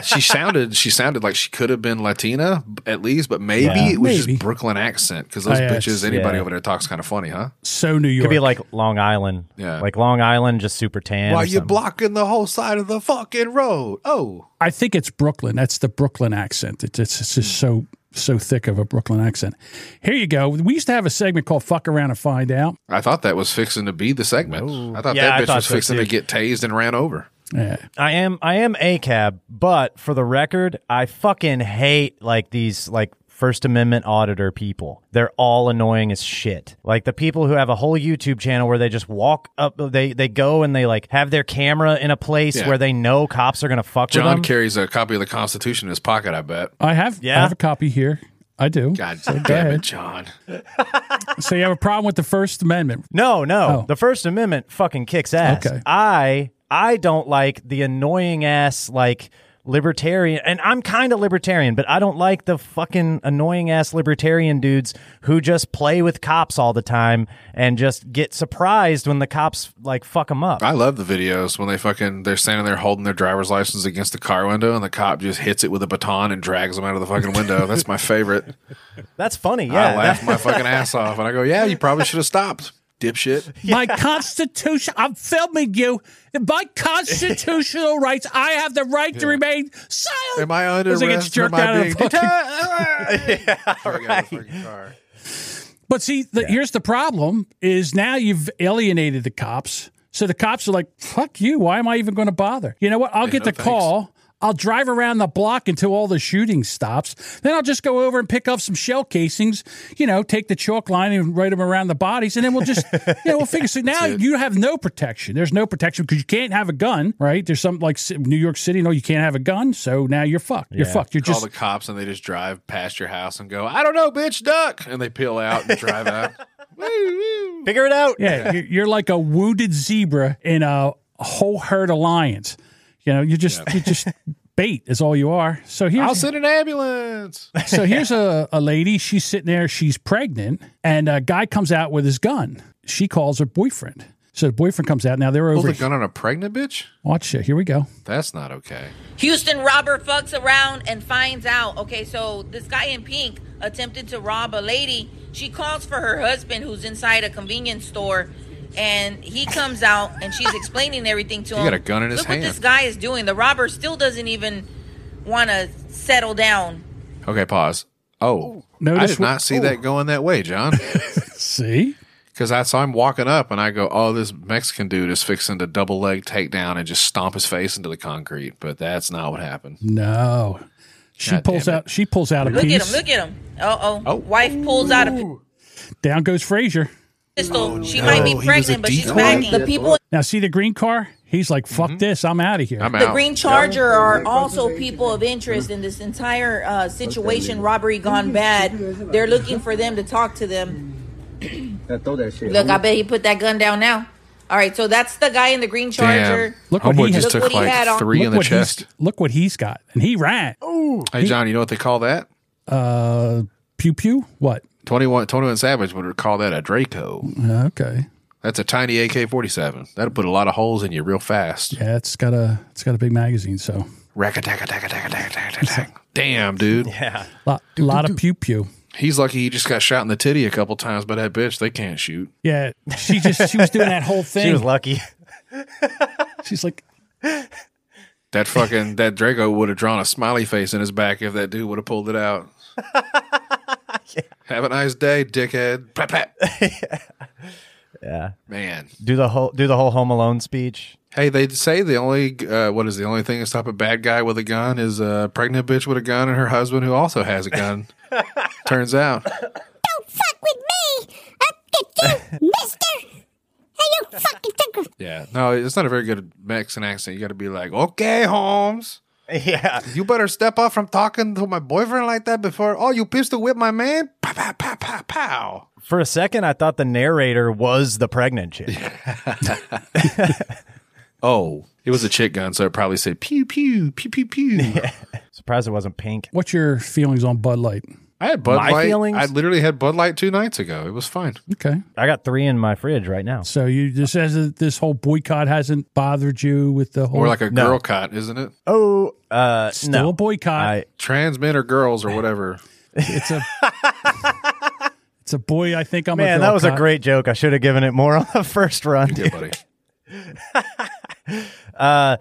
she sounded she sounded like she could have been Latina at least, but maybe it was
Maybe.
just Brooklyn accent because those
Oh, yeah, it's-
bitches, anybody
yeah.
over there talks kind of funny, huh?
so New York
Could be like Long Island.
Yeah.
Like Long Island, just super tan. or
Why you
something.
blocking the whole side of the fucking road? Oh,
I think it's Brooklyn. That's the Brooklyn accent. It's, it's, it's just so so thick of a Brooklyn accent. Here you go. We used to have a segment called "Fuck Around and Find Out."
I thought that was fixing to be the segment. I thought
Oh. Yeah, I
that bitch
thought
was
so,
fixing to
too.
get tased and ran over.
Yeah.
I am I am a cab, but for the record, I fucking hate like these like First Amendment auditor people. They're all annoying as shit. Like the people who have a whole YouTube channel where they just walk up, they they go and they like have their camera in a place
Yeah.
where they know cops are gonna fuck
John
with them.
carries a copy of the Constitution in his pocket, I bet.
I have I
Yeah.
have a copy here. I do.
God damn
ahead.
it, John.
So you have a problem with the First Amendment?
no, no,
Oh.
the First Amendment fucking kicks ass.
Okay.
I I don't like the annoying ass like libertarian and I'm kind of libertarian but I don't like the fucking annoying ass libertarian dudes who just play with cops all the time and just get surprised when the cops like fuck them up.
I love the videos when they fucking they're standing there holding their driver's license against the car window and the cop just hits it with a baton and drags them out of the fucking window. That's my favorite.
That's funny.
I
Yeah.
laugh
That-
my fucking ass off and I go, "Yeah, you probably should have stopped, dipshit."
My Constitution. I'm filming you. My constitutional rights. I have the right to remain silent.
Am I under
As he gets
arrest? or
jerked
Am I
out of
being
the fucking-
jerked out of the fucking car?
But see, the, here's the problem: is now you've alienated the cops, so the cops are like, "Fuck you! Why am I even going to bother?" You know what? I'll get
no
the call. I'll drive around the block until all the shooting stops. Then I'll just go over and pick up some shell casings. You know, take the chalk line and write them around the bodies, and then we'll just, you know, we'll figure. So now you have no protection. There's no protection because you can't have a gun, right? There's something like Ci- New York City. No, you can't have a gun. So now you're fucked. You're fucked. You're
Call
just
the cops and they just drive past your house and go, "I don't know, bitch, duck," and they peel out and drive out.
Figure it out.
Yeah, you're, you're like a wounded zebra in a whole herd of lions. You know, you're just you're just bait is all you are. So
I'll
here's
send an ambulance.
so here's a, a lady. She's sitting there. She's pregnant, and a guy comes out with his gun. She calls her boyfriend. So the boyfriend comes out. Now they're
Pull
over.
the gun on a pregnant bitch?
Watch it. Here we go.
That's not okay.
Houston robber fucks around and finds out. Okay, so this guy in pink attempted to rob a lady. She calls for her husband who's inside a convenience store and he comes out and she's explaining everything to
He
him.
got a gun in his
Look
hand.
what this guy is doing. The robber still doesn't even want to settle down.
Okay, pause. Oh, I
Notice
did
what-
not see that going that way, John.
See,
Because I saw him walking up and I go, oh, this Mexican dude is fixing to double leg takedown and just stomp his face into the concrete. But that's not what happened.
no. She
God
pulls
damn it.
out. She pulls out a
Look at
piece.
him. Look at him. Uh
Oh.
oh. Wife pulls out a
Down goes Frazier.
pistol. she might
Oh, he
be
was a
pregnant, but she's
decoy.
backing. The people
Now see the green car. He's like, "Fuck this! I'm out of here."
Mm-hmm. I'm
The
out.
Green Charger are also people of interest in this entire uh, situation, robbery gone bad. They're looking for them to talk to them. Look, I bet he put that gun down now. All right, so that's the guy in the Green Charger.
Damn.
Look what
Homeboy
he had-
just took
Look what he had
like
on.
three in the
what he's-
chest.
Look what he's got, and he ran.
Hey, John, you know what they call that?
Uh, pew pew. What?
21, 21 Savage would call that a Draco.
Uh, Okay.
That's a tiny AK 47. That'll put a lot of holes in you real fast.
Yeah, it's got a it's got a big magazine, so
Rack attack, attack, attack, attack, attack, attack. Damn, dude.
lot, lot of pew pew.
He's lucky he just got shot in the titty a couple times by that bitch. They can't shoot.
Yeah, she just she was doing that whole thing.
She was lucky.
She's like,
That fucking that Draco would have drawn a smiley face in his back if that dude would have pulled it out. Have a nice day, dickhead. Plap, plap. yeah. Man.
Do the whole do the whole Home Alone speech.
Hey, they say the only uh, what is the only thing to stop a bad guy with a gun is a pregnant bitch with a gun and her husband who also has a gun. Turns out.
Don't fuck with me! I'll get you, mister! Hey, you fucking fucker!
Yeah. No, it's not a very good Mexican accent. You got to be like, "Okay, Holmes,
Yeah.
you better step up from talking to my boyfriend like that before. Oh, you pistol whip my man? Pow, pow, pow, pow, pow."
For a second I thought the narrator was the pregnant chick.
Oh, it was a chick gun, so it probably said pew pew pew pew pew.
Surprised it wasn't pink.
"What's your feelings on Bud Light?"
I I had Bud
My
Light.
feelings?
I literally had Bud Light two nights ago. It was fine.
Okay.
I got three in my fridge right now.
So you just as a- this whole boycott hasn't bothered you with the whole
More like a
Mm, No.
girl cot, isn't it?
Oh, uh,
still
no.
a boycott.
I,
Trans men or girls or whatever.
It's a it's a boy. I think I'm a
man,
girl
that was a
cop.
great joke. I should have given it more on the first run.
Yeah, buddy.
Uh,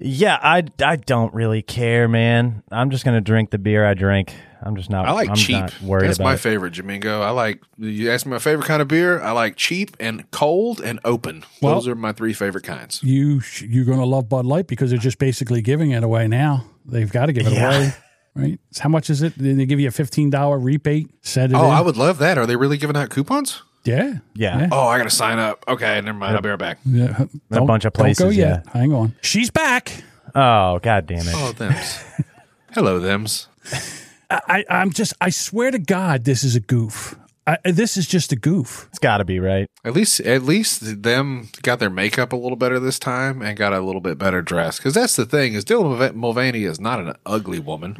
yeah, I, I don't really care, man. I'm just gonna drink the beer I drink. I'm just not.
I like
I'm
cheap.
Not worried
That's
about
my
it.
favorite, Jamingo. I like. You ask me my favorite kind of beer. I like cheap and cold and open.
Well-
Those are my three favorite kinds.
You sh- you're going to love Bud Light because they're just basically giving it away now. They've got to give it away, right? So how much is it? Did they give you a fifteen dollar rebate? Set it.
Oh,
in.
I would love that. Are they really giving out coupons?
Yeah.
Yeah.
Oh, I gotta sign up. Okay, never mind. I'll be right back.
Yeah. Don't-
bunch of
Don't go
places,
yet. Hang on. She's back.
Oh, god damn it.
Oh, them's. Hello, them's.
I, I I'm just. I swear to God, this is a goof. I, this is just a goof.
It's got to be right.
At least, at least them got their makeup a little better this time and got a little bit better dressed. Because that's the thing is, Dylan Mulva- Mulvaney is not an ugly woman,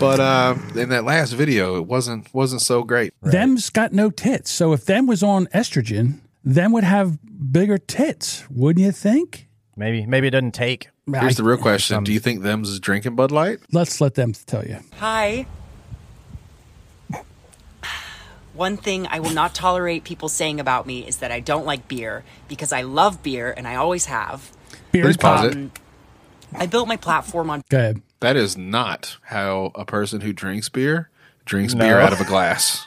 but uh, in that last video, it wasn't wasn't so great.
Them's got no tits. So if them was on estrogen, them would have bigger tits, wouldn't you think?
Maybe maybe it doesn't take.
I-
Here's the real question: Do you think them's is drinking Bud Light?
Let's let them tell you.
Hi. One thing I will not tolerate people saying about me is that I don't like beer because I love beer and I always have.
Beer
Please
and pop.
pause it.
I built my platform on
Go ahead.
That is not how a person who drinks beer drinks
No.
beer out of a glass.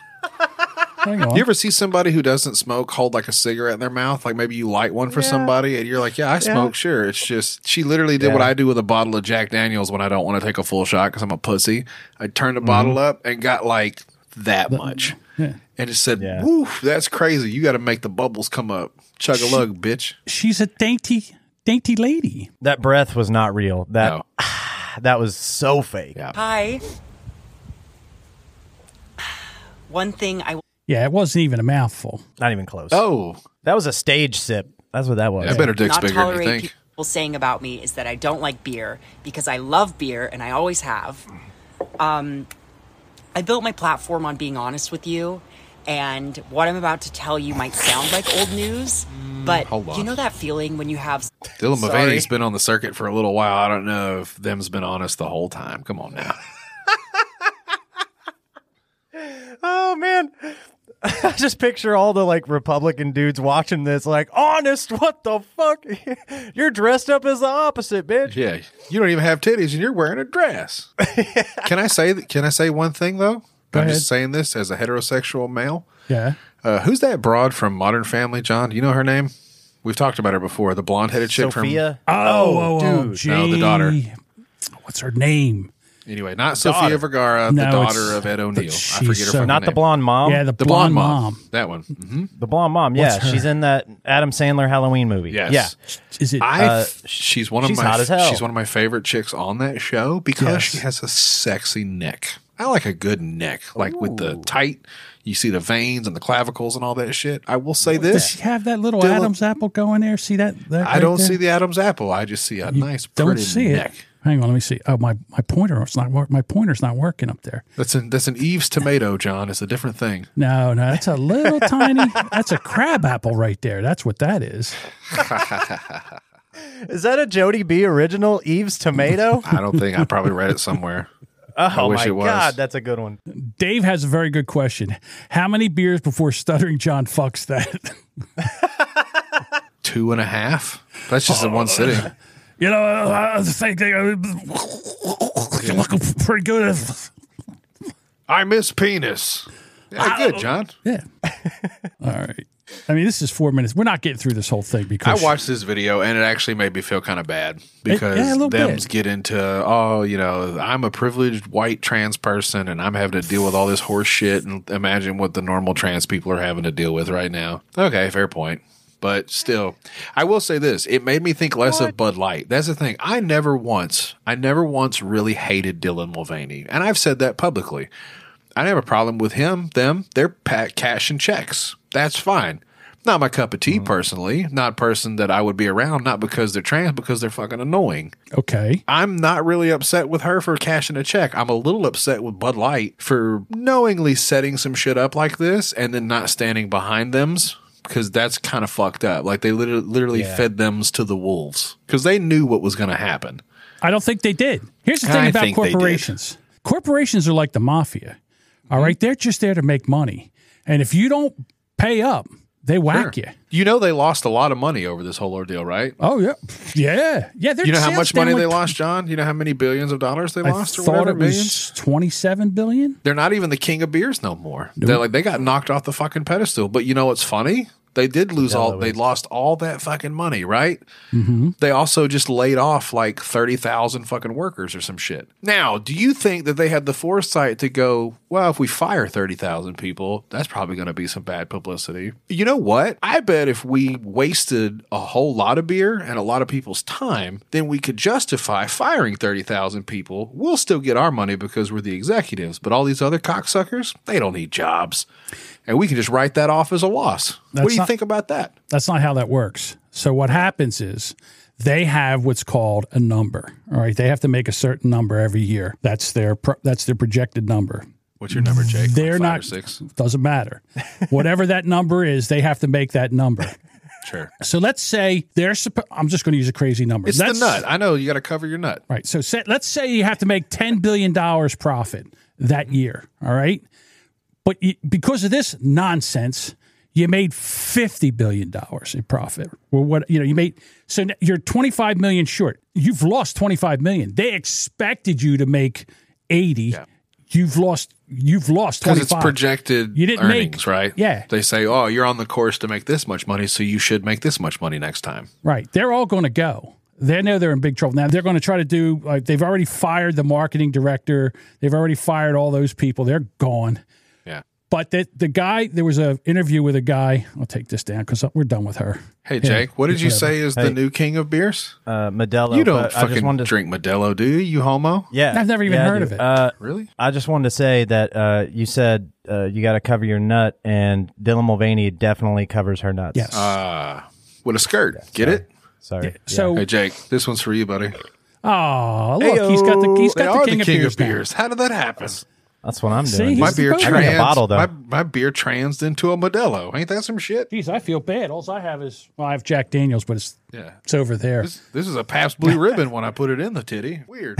Hang on.
You ever see somebody who doesn't smoke hold like a cigarette in their mouth? Like maybe you light one for somebody and you're like, yeah, I smoke, sure. It's just, she literally did what I do with a bottle of Jack Daniels when I don't want to take a full shot because I'm a pussy. I turned the bottle up and got like that much. And it said,
Yeah.
woof, that's crazy. You got to make the bubbles come up. Chug a lug, bitch.
She's a dainty, dainty lady.
That breath was not real. That
No.
that was so fake.
Oh, Yeah.
Hi. One thing I will
Yeah, it wasn't even a mouthful.
Not even close.
Oh,
That was a stage sip. That's what that was.
I bet her dick's
not
bigger than you
tolerate
think.
people saying about me is that I don't like beer because I love beer and I always have. Um, I built my platform on being honest with you, and what I'm about to tell you might sound like old news, but
Mm, hold
you
on.
know that feeling when you have
Dylan Mulvaney's been on the circuit for a little while. I don't know if them's been honest the whole time. Come on now.
Oh man. I just picture all the like Republican dudes watching this, like, honest, what the fuck? You're dressed up as the opposite, bitch.
Yeah, you don't even have titties, and you're wearing a dress. can I say? th- Can I say one thing though? I'm
ahead.
just saying this as a heterosexual male.
Yeah.
Uh, who's that broad from Modern Family, John? Do you know her name? We've talked about her before. The blonde-headed chick
Sophia.
Oh, oh, oh,
No, the daughter.
gee. What's her name?
from anyway, not Sophia Vergara, the
No,
daughter
it's-
of Ed
but
O'Neill. I
she's
forget her
so-
fucking
Not the
name.
blonde mom.
Yeah, the,
Um, the blonde mom. That one. hmm
the blonde mom. Yeah,
What's her-
she's in that Adam Sandler Halloween movie.
Yes.
Yeah.
Is it?
I
Uh,
she's one of
she's
my
hot as hell.
she's one of my favorite chicks on that show because she has a sexy neck. I like a good neck, like with the tight. You see the veins and the clavicles and all that shit. I will say
does she
this:
have that little
Dylan-
Adam's apple going there? See that? that
I
right
don't
there?
see the Adam's apple. I just see a nice,
Don't
pretty
see
neck.
it. Hang on, let me see. Oh, my my pointer. It's not work. My pointer's not working up there.
That's an that's an Eve's tomato, John. It's a different thing.
No, no, that's a little tiny. That's a crab apple right there. That's what that is.
Is that a Jody B original? Eve's tomato?
I don't think I probably read it somewhere. I
oh
wish
my
it was.
god, that's a good one.
Dave has a very good question. How many beers before stuttering John fucks that?
Two and a half. That's just in one sitting.
You know, I think they looking pretty good.
I miss penis. Yeah, good, John.
Yeah. All right. I mean, this is four minutes. We're not getting through this whole thing
I
because
watched this video and it actually made me feel kind of bad because
yeah, a little
thems
bit.
get into oh you know I'm a privileged white trans person and I'm having to deal with all this horse shit and imagine what the normal trans people are having to deal with right now. Okay, fair point. But still, I will say this: it made me think less of Bud Light. That's the thing. I never once, I never once really hated Dylan Mulvaney, and I've said that publicly. I don't have a problem with him, them. They're pa- cash and checks. That's fine. Not my cup of tea personally. Not person that I would be around. Not because they're trans, because they're fucking annoying.
Okay.
I'm not really upset with her for cashing a check. I'm a little upset with Bud Light for knowingly setting some shit up like this and then not standing behind them's because that's kind of fucked up. Like they literally, literally fed them's to the wolves because they knew what was going to happen.
I don't think they did. Here's the thing
I
about
think they did.
corporations. Corporations are like the mafia.
Mm-hmm.
All right? They're just there to make money. And if you don't pay up, they whack you.
You know they lost a lot of money over this whole ordeal, right?
Oh yeah. Yeah. Yeah. their
You know how
sales
much
down
money
like
they
tw-
lost, John? You know how many billions of dollars they
I
lost or
thought
whatever
it was
millions?
twenty seven billion.
They're not even the king of beers no more. They're like they got knocked off the fucking pedestal. But you know what's funny? They did lose all. They lost all that fucking money, right? They also just laid off like thirty thousand fucking workers or some shit. Now, do you think that they had the foresight to go? Well, if we fire thirty thousand people, that's probably going to be some bad publicity. You know what? I bet if we wasted a whole lot of beer and a lot of people's time, then we could justify firing 30,000 people. We'll still get our money because we're the executives, but all these other cocksuckers, they don't need jobs. And we can just write that off as a loss. what
That's
do you
not-
think about that?
That's not how that works. So what happens is they have what's called a number. All right, they have to make a certain number every year. That's their pro- that's their projected number.
What's your number, Jake? Like
They're
five
not
or six.
Doesn't matter. Whatever that number is, they have to make that number.
Sure.
So let's say they're. suppo- I'm just going to use a crazy number.
It's
Let's-
the nut. I know you got to cover your nut.
Right. So say, let's say you have to make ten billion dollars profit that year. All right, but you, because of this nonsense, you made fifty billion dollars in profit. Well, what you know, you made so n- you're twenty five million short. You've lost twenty five million. They expected you to make eighty. You've lost. You've lost
Because
twenty
it's
five.
projected
You didn't make-
earnings, right?
Yeah.
They say, oh, you're on the course to make this much money, so you should make this much money next time.
Right. They're all going to go. They know they're in big trouble. Now they're going to try to do, like, they've already fired the marketing director. They've already fired all those people. They're gone.
Yeah.
But the, the guy, there was an interview with a guy. I'll take this down because we're done with her.
Hey, Jake, what did you
whatever.
say is the new king of beers?
Uh, Modelo.
You don't
but I just
fucking
wanted to,
drink Modelo, do you? You homo?
Yeah,
I've never even
yeah, I
heard
do.
of it.
Uh,
Really?
I just wanted to say that uh, you said uh, you got to cover your nut, and Dylan Mulvaney definitely covers her nuts.
Yes.
Uh, with a skirt. Get it?
Sorry.
so,
Hey, Jake, this one's for you, buddy.
oh, look, he's got the, he's
they
got
are
the king, of beers. now.
How did that happen?
That's what I'm
See,
doing.
he's
My
It's
beer
supposed to
trans.
be. I
got a bottle, though.
My, my beer transed into a Modelo. Ain't that some shit?
Jeez, I feel bad. All I have is, well, I have Jack Daniels, but it's,
Yeah.
it's over there.
This, this is a Pabst Blue Ribbon when I put it in the titty. Weird.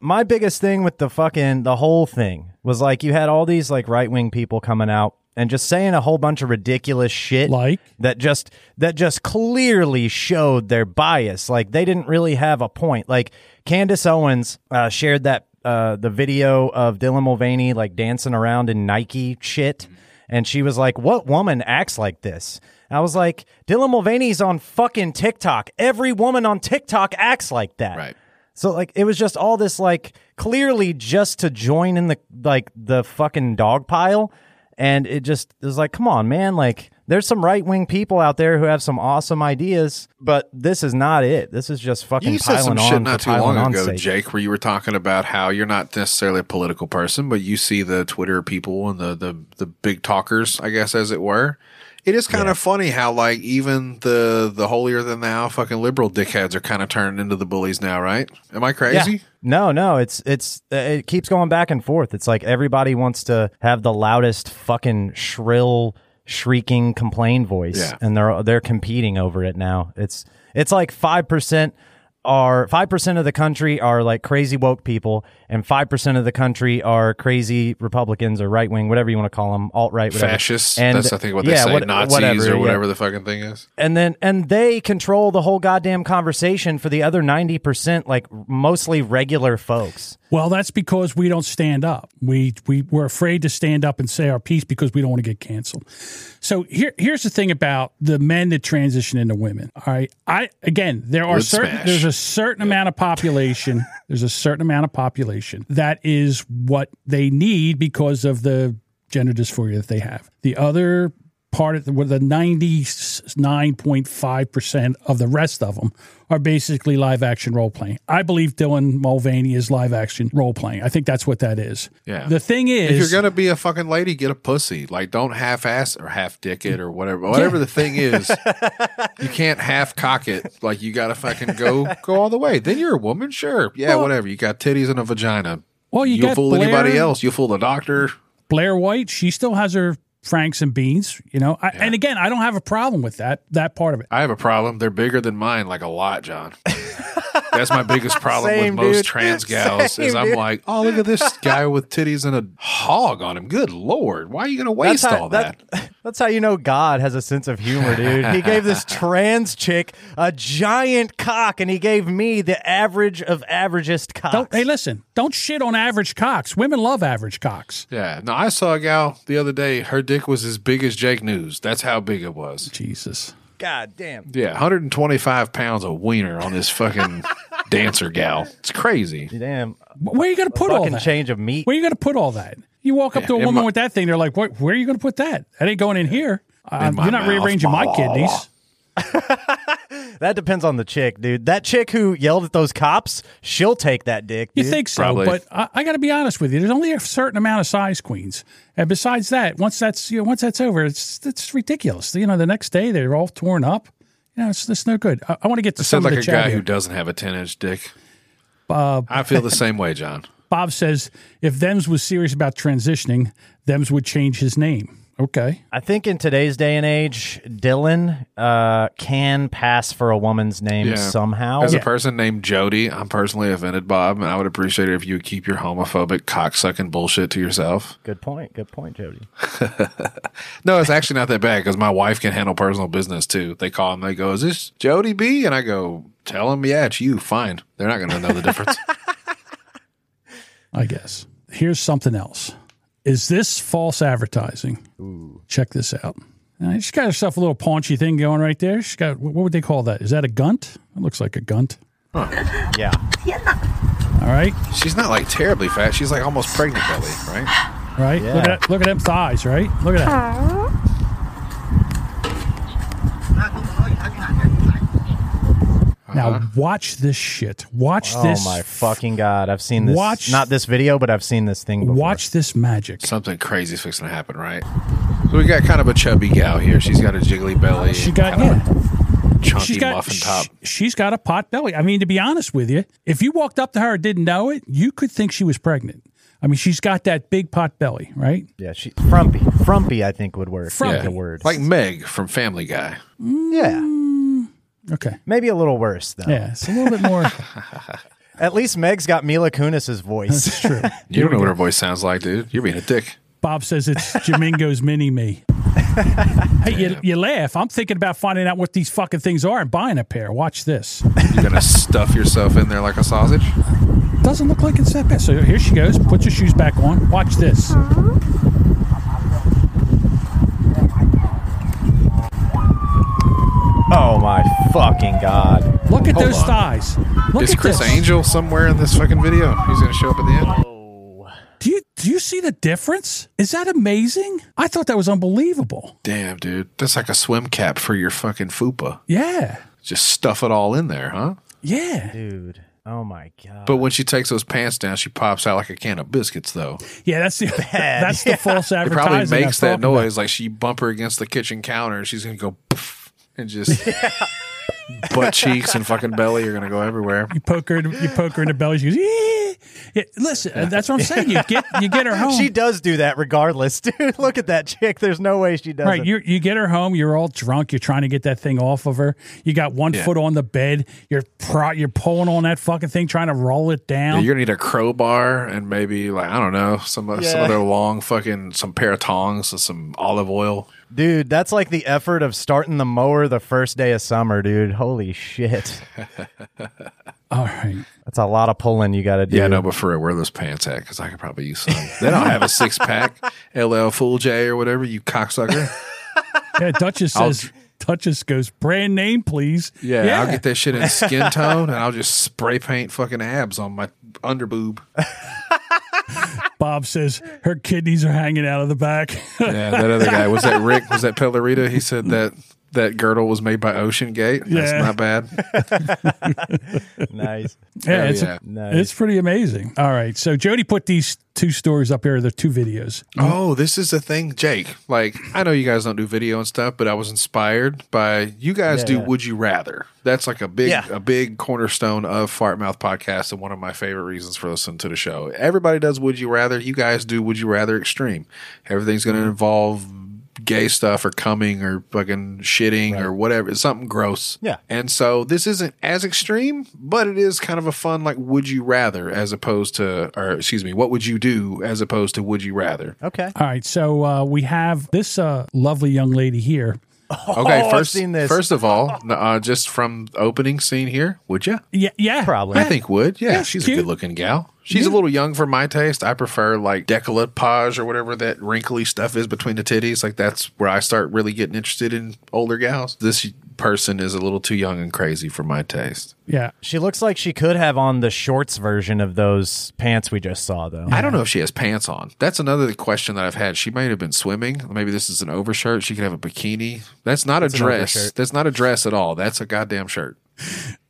my biggest thing with the fucking the whole thing was like you had all these like right wing people coming out and just saying a whole bunch of ridiculous shit
Like?
that just that just clearly showed their bias like they didn't really have a point like candace owens uh, shared that uh, the video of dylan mulvaney like dancing around in nike shit and she was like what woman acts like this I was like, Dylan Mulvaney's on fucking TikTok. Every woman on TikTok acts like that.
Right.
So like it was just all this like clearly just to join in the like the fucking dog pile and it just it was like come on man like there's some right-wing people out there who have some awesome ideas but this is not it this is just fucking
You said
piling
some
on
shit
for
not too
piling
long
on
ago,
sake.
Jake, where you were talking about how you're not necessarily a political person, but you see the Twitter people and the the, the big talkers, I guess, as it were. It is kind of funny how like even the the holier than thou fucking liberal dickheads are kind of turned into the bullies now, right? Am I
Yeah.
crazy?
No, no, it's it's uh, it keeps going back and forth. It's like everybody wants to have the loudest fucking shrill shrieking complain voice
Yeah.
and they're they're competing over it now. It's it's like 5% are 5% of the country are like crazy woke people and 5% of the country are crazy Republicans or right wing whatever you want to call them, alt right whatever.
Fascists.
And-
That's I think what they
yeah,
say.
what-
Nazis
whatever,
or
yeah
whatever the fucking thing is.
and then and they control the whole goddamn conversation for the other 90% like mostly regular folks
Well, that's because we don't stand up. We we we're afraid to stand up and say our piece because we don't want to get canceled. So here here's the thing about the men that transition into women. All right, I again there are
Wood
certain
smash.
there's a certain amount of population. there's a certain amount of population that is what they need because of the gender dysphoria that they have. The other part of the, where the 99.5% of the rest of them are basically live action role playing. I believe Dylan Mulvaney is live action role playing. I think that's what that is.
Yeah.
The thing is,
If you're gonna be a fucking lady, get a pussy. Like, don't half ass or half dick it or whatever. Whatever the thing is, you can't half cock it. Like, you gotta fucking go go all the way. Then you're a woman, sure. Yeah, whatever. You got titties and a vagina.
Well, you
will
got
fool
Blair-
anybody else. You fool the doctor.
Blair White, she still has her franks and beans, you know. I, And again, I don't have a problem with that that part of it.
I have a problem. They're bigger than mine, like a lot, John. That's my biggest problem
Same,
with most
dude.
trans gals is
Same,
I'm
dude.
like, oh, look at this guy with titties and a hog on him. Good lord, why are you gonna waste all that?
That's how you know God has a sense of humor, dude. He gave this trans chick a giant cock, and he gave me the average of averagest cocks.
Don't hey, listen, don't shit on average cocks. Women love average cocks.
Yeah. No, I saw a gal the other day. Her dick was as big as Jake News. That's how big it was.
Jesus.
God damn.
Yeah, 125 pounds of wiener on this fucking dancer gal. It's crazy.
Damn.
Where are you going to put all
Fucking
that?
change of meat.
Where are you going to put all that? You walk up to a
in
woman
my-
with that thing, they're like, "What? Where are you going to put that? That ain't going in here. Uh,
my
you're not
mouth.
rearranging my kidneys."
That depends on the chick, dude. That chick who yelled at those cops, she'll take that dick.
You
dude.
think so,
Probably.
but I, I got to be honest with you. There's only a certain amount of size queens, and besides that, once that's you know, once that's over, it's it's ridiculous. You know, the next day they're all torn up. You know, it's, it's no good. I, I want to get to some
Sounds
of
like
the
a
chat
guy
here.
who doesn't have a 10 inch dick. I feel the same way, John.
Bob says if Thems was serious about transitioning, Thems would change his name. Okay,
I think in today's day and age, Dylan uh, can pass for a woman's name
Yeah.
somehow.
As a person named Jody, I'm personally offended, Bob, and I would appreciate it if you would keep your homophobic cocksucking bullshit to yourself.
Good point. Good point, Jody.
No, it's actually not that bad because my wife can handle personal business too. They call and they go, "Is this Jody B?" And I go, "Tell them, yeah, it's you." Fine, they're not going to know the difference.
I guess. Here's something else. Is this false advertising? Check this out. Now, she's got herself a little paunchy thing going right there. She's got what would they call that? Is that a gunt? It looks like a gunt.
Yeah.
All right,
She's not like terribly fat. She's like almost pregnant belly, right?
right. Look at
Yeah.
that, look at them thighs, right? Look at that. Now watch this shit. Watch
Uh-huh. Oh
this.
my fucking god! I've seen this.
Watch-
not this video, but I've seen this thing. Before.
Watch this magic.
Something crazy's fixing to happen, right? So we got kind of a chubby gal here. She's got a jiggly belly.
She got
kind of
yeah.
a chunky
She's got
muffin top.
sh- she's got a pot belly. I mean, to be honest with you, if you walked up to her and didn't know it, you could think she was pregnant. I mean, she's got that big pot belly, right?
Yeah, she frumpy. Frumpy, I think would work.
Frumpy.
is the word.
Like Meg from Family Guy.
yeah,
Okay.
maybe a little worse though.
Yeah, it's a little bit more.
At least Meg's got Mila Kunis's voice.
That's true.
You don't know what her voice sounds like, dude. You're being a dick.
Bob says it's Jamingo's mini me. hey, you, you laugh. I'm thinking about finding out what these fucking things are and buying a pair. Watch this.
You're gonna stuff yourself in there like a sausage.
Doesn't look like it's that bad. So here she goes. Put your shoes back on. Watch this.
oh my fucking god!
Look at
Hold
those
on.
thighs. Look
Is
at
Chris
this.
Angel somewhere in this fucking video? He's gonna show up at the end.
Do you do you see the difference? Is that amazing? I thought that was unbelievable.
Damn, dude, that's like a swim cap for your fucking fupa.
Yeah.
Just stuff it all in there, huh?
Yeah.
Dude, oh my god!
But when she takes those pants down, she pops out like a can of biscuits, though.
Yeah, that's the that's the false
It
advertising.
probably makes
I'm
that
talking about.
noise like she bump her against the kitchen counter and she's gonna go poof and just butt cheeks and fucking belly are gonna go everywhere.
You poke her in, you poke her in the belly, she goes, "Eh." Yeah, listen, uh, that's what I'm saying. You get you get her home.
she does do that regardless, dude. Look at that chick. There's no way she doesn't.
Right, you you get her home. You're all drunk. You're trying to get that thing off of her. You got one
Yeah.
foot on the bed. You're pro- you're pulling on that fucking thing, trying to roll it
Yeah,
down.
you're gonna need a crowbar and maybe like I don't know some some
Yeah.
other long fucking some pair of tongs and some olive oil.
Dude, that's like the effort of starting the mower the first day of summer, dude. Holy shit.
all right,
That's a lot of pulling you got to do.
Yeah, no, but for real, where are those pants at? Because I could probably use some. They don't have a six pack. LL Fool J or whatever you cocksucker.
yeah, Duchess
I'll-
says. Duchess goes brand name, please.
Yeah, I'll get that shit in skin tone and I'll just spray paint fucking abs on my underboob.
Bob says her kidneys are hanging out of the back.
Yeah, that other guy was that Rick. Was that Pellerita? He said that that girdle was made by Ocean Gate. That's
Yeah.
not bad.
nice.
Yeah, it's,
Oh, yeah.
Nice.
it's pretty amazing. All right. So Jody put these two stories up here, the two videos.
Oh, this is the thing, Jake. Like I know you guys don't do video and stuff, but I was inspired by you guys do Would You Rather. That's like a big
Yeah.
a big cornerstone of Fart Mouth podcast and one of my favorite reasons for listening to the show. Everybody does Would You Rather. You guys do Would You Rather Extreme. Everything's going to
Mm-hmm.
involve gay stuff or coming or fucking shitting or whatever. It's something gross.
Yeah.
And so this isn't as extreme, but it is kind of a fun like Would You Rather as opposed to or excuse me, What Would You Do as opposed to Would You Rather.
Okay.
All right. So uh, we have this uh, lovely young lady here.
Okay,
Oh, I've
1st
seen this.
First of all, n- uh, just from the opening scene here, would you?
Yeah. Yeah.
Probably.
I think would. Yeah,
Yeah,
she's
cute.
a good-looking gal. She's a little young for my taste. I prefer like decolletage or whatever that wrinkly stuff is between the titties. Like that's where I start really getting interested in older gals. This person is a little too young and crazy for my taste.
Yeah.
She looks like she could have on the shorts version of those pants we just saw, though.
I don't know if she has pants on. That's another question that I've had. She might have been swimming. Maybe this is an overshirt. She could have a bikini. That's not a dress.
overshirt.
That's not a dress at all. That's a goddamn shirt.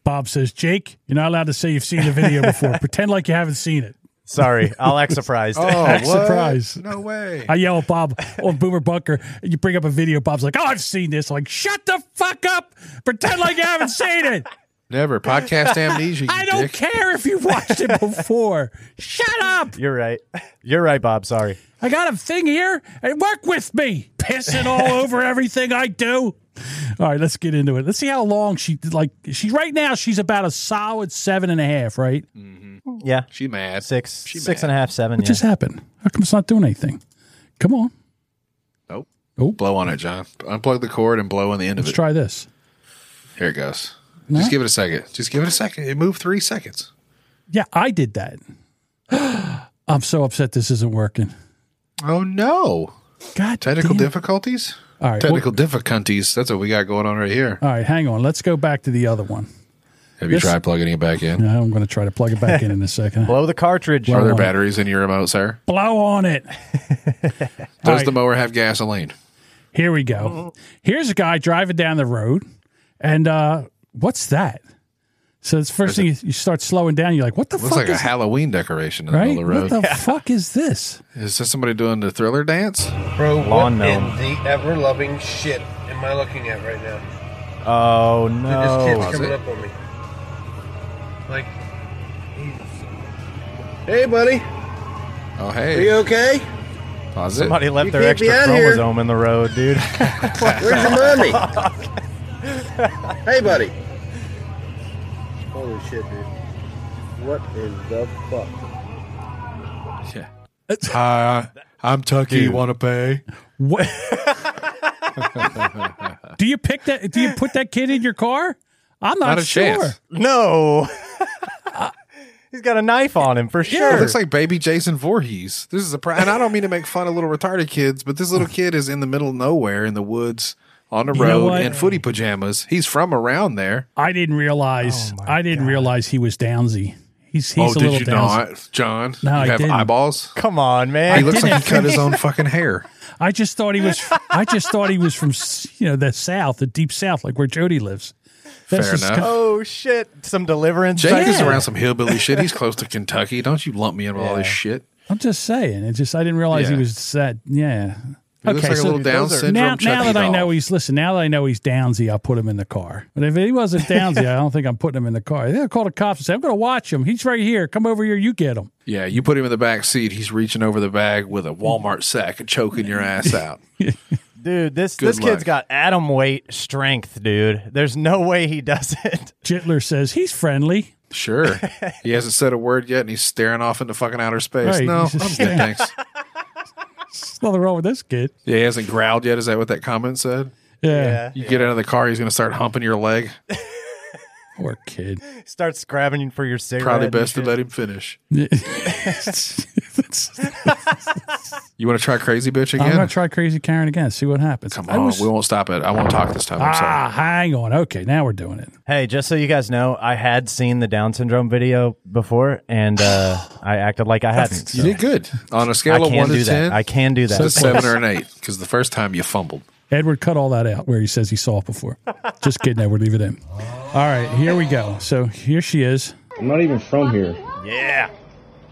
Bob says, Jake, you're not allowed to say you've seen the video before. Pretend like you haven't seen it.
Sorry, I'll act surprised.
Oh.
Act surprised.
No way.
I yell at Bob on Boomer Bunker. You bring up a video. Bob's like, oh, I've seen this. I'm like, shut the fuck up. Pretend like you haven't seen it.
Never. Podcast amnesia. You
I don't
dick.
care if you watched it before. shut up.
You're right. You're right, Bob. Sorry.
I got a thing here and work with me. Pissing all over everything I do. All right, let's get into it. Let's see how long she like she's right now, she's about a solid seven and a half, right?
Yeah,
She mad.
six,
She
six
mad.
and a half, seven.
What just happened? How come it's not doing anything? Come on.
Nope.
Oh.
Blow on it, John. Unplug the cord and blow on the end of
Let's
it.
try this.
Here it goes. Just give it a second. Just give it a second. It moved three seconds.
Yeah, I did that. I'm so upset this isn't working.
Oh no!
God
Technical
damn.
difficulties.
All right,
Technical difficulties. That's what we got going on right here.
All right, hang on. Let's go back to the other one.
Have you
this-
tried plugging it back in?
I'm going to try to plug it back in in a second.
Blow the cartridge.
Are there
on it.
batteries in your remote, sir?
Blow on it.
Does
right.
the mower have gasoline?
Here we go.
Mm-hmm.
Here's a guy driving down the road, and uh, what's that? So it's first thing you, you start slowing down. You're like, "What the
Looks
fuck
like a
is
Halloween decoration in the
right?
middle of
What
the
the
road.
fuck is this?"
Is this somebody doing the thriller dance?
Bro, what
Lawn
in
gnome.
the ever loving shit am I looking at right now?
Oh
Dude, this kid's
no!
Was
coming
it?
up on me. Like, hey, buddy,
Oh
are
hey,
you okay?
pause it.
Somebody left
You
their
can't
extra
be out here.
chromosome in the road, dude.
Where's your mommy? hey, buddy. Holy shit, dude. What in the fuck?
Yeah.
Uh,
Hi, I'm Tucky. You want to pay?
What? do you pick that? Do you put that kid in your car? I'm not,
Not a
sure.
chance.
no. He's got a knife on him for sure.
It looks like baby Jason Voorhees. This is a pri- and I don't mean to make fun of little retarded kids, but this little kid is in the middle of nowhere in the woods on the
know
road
what?
in footy pajamas. He's from around there.
I didn't realize.
Oh
I didn't realize he was Downsy. He's he's a little Downsy.
John?
No,
you
I
have
didn't.
eyeballs.
Come on, man.
He looks like he cut his own fucking hair.
I just thought he was. I just thought he was from s- you know the South, the deep South, like where Jody lives. That's
Fair
just
enough.
kind of-
oh shit! Some deliverance.
Jake is
Yeah.
around some hillbilly shit. He's close to Kentucky. Don't you lump me in with all this shit.
I'm just saying. It just I didn't realize he
Yeah.
was that. Yeah.
He looks like a little Down
those are-
syndrome.
now, now
Chucky
that I
doll.
know he's listen, now that I know he's Downsy, I'll put him in the car. But if he wasn't Downsy, I don't think I'm putting him in the car. They'll call the cops and say, "I'm going to watch him. He's right here. Come over here. You get him."
Yeah, you put him in the back seat. He's reaching over the bag with a Walmart sack and choking your ass out.
dude, this
Good
this kid's
luck.
got atom weight strength, dude. There's no way he doesn't.
Jitler says he's friendly.
Sure. he hasn't said a word yet and he's staring off into fucking outer space.
Right,
No, I'm
he's just
good,
staring.
thanks.
There's nothing wrong with this kid.
Yeah, he hasn't growled yet. Is that what that comment said?
Yeah,
You get out of the car, he's going to start humping your leg.
poor kid.
Starts grabbing for your cigarette.
Probably
and
best to
shit.
let him finish. You want to try crazy bitch
I'm
again?
gonna try crazy Karen again. See what happens.
Come
I
on,
was-
we won't stop it. I won't talk this time. I'm sorry.
ah, hang on. Okay, now we're doing it.
Hey, just so you guys know, I had seen the Down syndrome video before, and uh, I acted like I hadn't.
You did good. On a
I
scale of
can
one
do
to
that.
ten,
I can do that.
It's a seven or an eight because the first time you fumbled.
Edward, cut all that out where he says he saw it before. Just kidding, Edward. Leave it in. All right, here we go. So here she is.
I'm not even from here.
Yeah.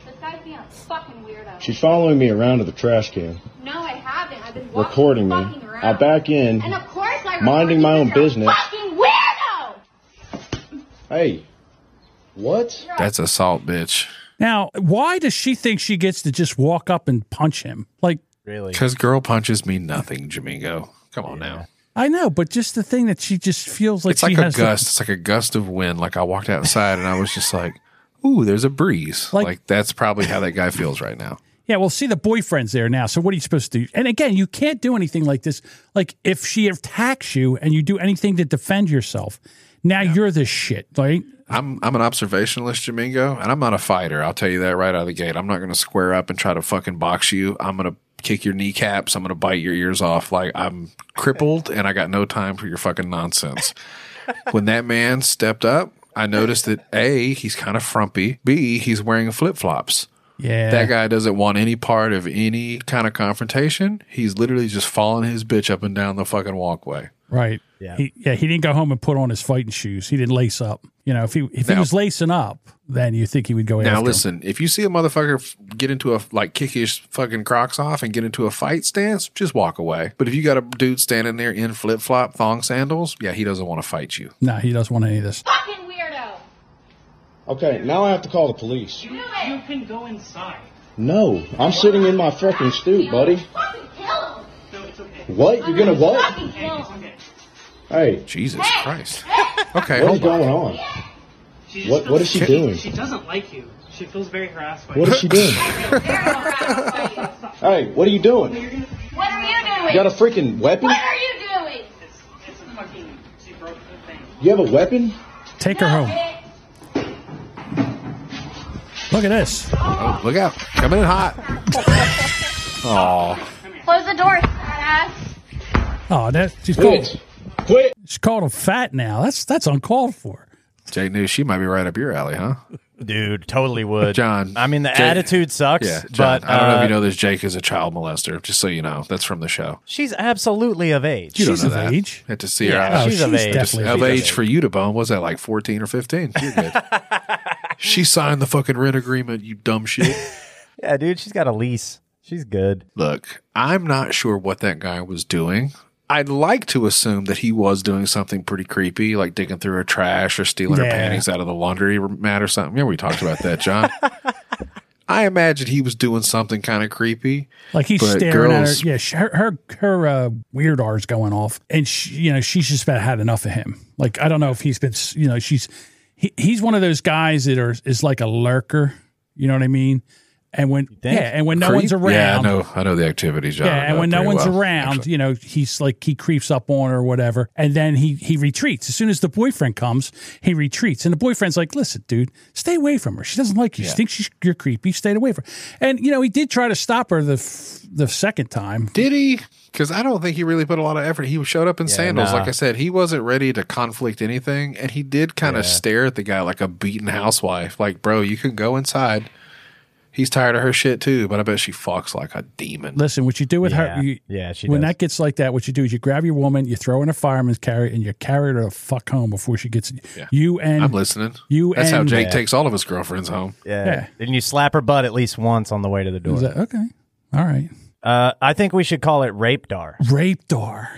This guy's being a fucking weirdo.
She's following me around to the trash can,
No, I haven't. I've been walking
recording me.
fucking around.
I back in.
And of course, I
Minding my own
recorded you 'cause you're a
business.
Fucking weirdo.
Hey, what?
That's assault, bitch.
Now, why does she think she gets to just walk up and punch him? Like,
Really?
Because girl punches mean nothing, Jamingo. Come on now.
I know, but just the thing that she just feels like
it's like
she
a
has
gust.
to-
it's like a gust of wind. Like I walked outside and I was just like, "Ooh, there's a breeze."
Like-
Like, that's probably how that guy feels right now.
Yeah, well, see, the boyfriend's there now. So what are you supposed to do? And again, you can't do anything like this. Like if she attacks you and you do anything to defend yourself, now you're the shit, right?
I'm I'm an observationalist, Jamingo, and I'm not a fighter. I'll tell you that right out of the gate. I'm not going to square up and try to fucking box you. I'm going to kick your kneecaps. I'm going to bite your ears off. Like I'm crippled and I got no time for your fucking nonsense. when that man stepped up, I noticed that A, he's kind of frumpy. B, he's wearing flip flops.
Yeah.
That guy doesn't want any part of any kind of confrontation. He's literally just following his bitch up and down the fucking walkway.
Right. Yeah. He, yeah. He didn't go home and put on his fighting shoes. He didn't lace up. You know, if he if he
Now-
was lacing up, then you think he would go
Now
after him.
listen, if you see a motherfucker f- get into a like kick his fucking Crocs off and get into a fight stance, just walk away. But if you got a dude standing there in flip flop thong sandals, yeah, he doesn't want to fight you.
No, he doesn't want any of this.
Fucking weirdo.
Okay, now I have to call the police.
Do it. You can go inside.
No, I'm sitting in my fucking stoop, buddy.
Fucking kill him.
What? You're gonna what?
Fucking kill him.
Hey,
Jesus Christ. Okay,
what is
hold on.
going on? What What is she doing?
She doesn't like you. She feels very harassed by
What is she doing? hey, what are you doing? You
What are you doing?
got a freaking weapon?
What are you doing?
You have a weapon?
Take her home. Look at this.
Oh, look out. Coming in hot. Oh,
Close the door, fat ass.
Oh, that she's
Quit.
called she's called him fat now. That's that's uncalled for.
Jake knew she might be right up your alley, huh?
Dude, totally would.
John.
I mean, the
Jake-
attitude sucks,
Yeah, John,
but
I don't know if you
uh,
know this. Jake is a child molester, just so you know. That's from the show.
she's absolutely of age.
You don't
She's
know
of
that.
age.
Had to see her.
Yeah,
eyes.
Oh,
she's, of
she's
age.
definitely
of age for you to bone was that like 14 or 15 you're good she signed the fucking rent agreement you dumb shit
Yeah, dude, she's got a lease. She's good.
look i'm not sure what that guy was doing i'd like to assume that he was doing something pretty creepy like digging through her trash or stealing her
Yeah.
panties out of the laundry mat or something yeah we talked about that john i imagine he was doing something kind of creepy
Like he's
But
staring
girls-
at her. Yeah, she, her her her uh, weird R's going off, and she, you know she's just about had enough of him. Like I don't know if he's been, s- you know, she's he, he's one of those guys that are is like a lurker. You know what I mean? And when
think?
yeah, and when no
Creep?
one's around,
yeah i know i know the activity john
Uh,
yeah,
I
and
know
when no
pretty
one's
well,
around,
actually.
you know, he's like he creeps up on her or whatever, and then he he retreats. As soon as the boyfriend comes, he retreats, and the boyfriend's like, "Listen, dude, stay away from her. She doesn't like you. She thinks she's, you're creepy. Stay away from." her. And you know, he did try to stop her the f- the second time.
Did he? Because I don't think he really put a lot of effort. He showed up in sandals.
nah.
Like I said, he wasn't ready to conflict anything. And he did kind of stare at the guy like a beaten housewife. Like, bro, you can go inside. He's tired of her shit too, but I bet she fucks like a demon.
Listen, what you do with
Yeah.
her, you,
Yeah, she
when
does.
that gets like that, what you do is you grab your woman, you throw in a fireman's carry, and you carry her the fuck home before she gets you and
I'm listening.
you
That's how
and-
Jake
Yeah.
takes all of his girlfriends home.
Yeah.
Yeah.
And you slap her butt at least once on the way to the door.
Is that- okay, all right.
uh, I think we should call it rape dar.
Rape door,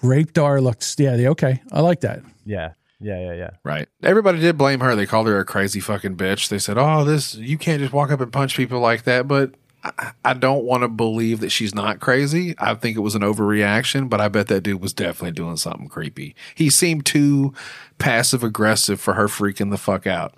rape door looks yeah, the- okay. I like that.
Yeah. Yeah, yeah, yeah.
Right. Everybody did blame her. They called her a crazy fucking bitch. They said, "Oh, this you can't just walk up and punch people like that." But I, I don't want to believe that she's not crazy. I think it was an overreaction, but I bet that dude was definitely doing something creepy. He seemed too passive aggressive for her freaking the fuck out.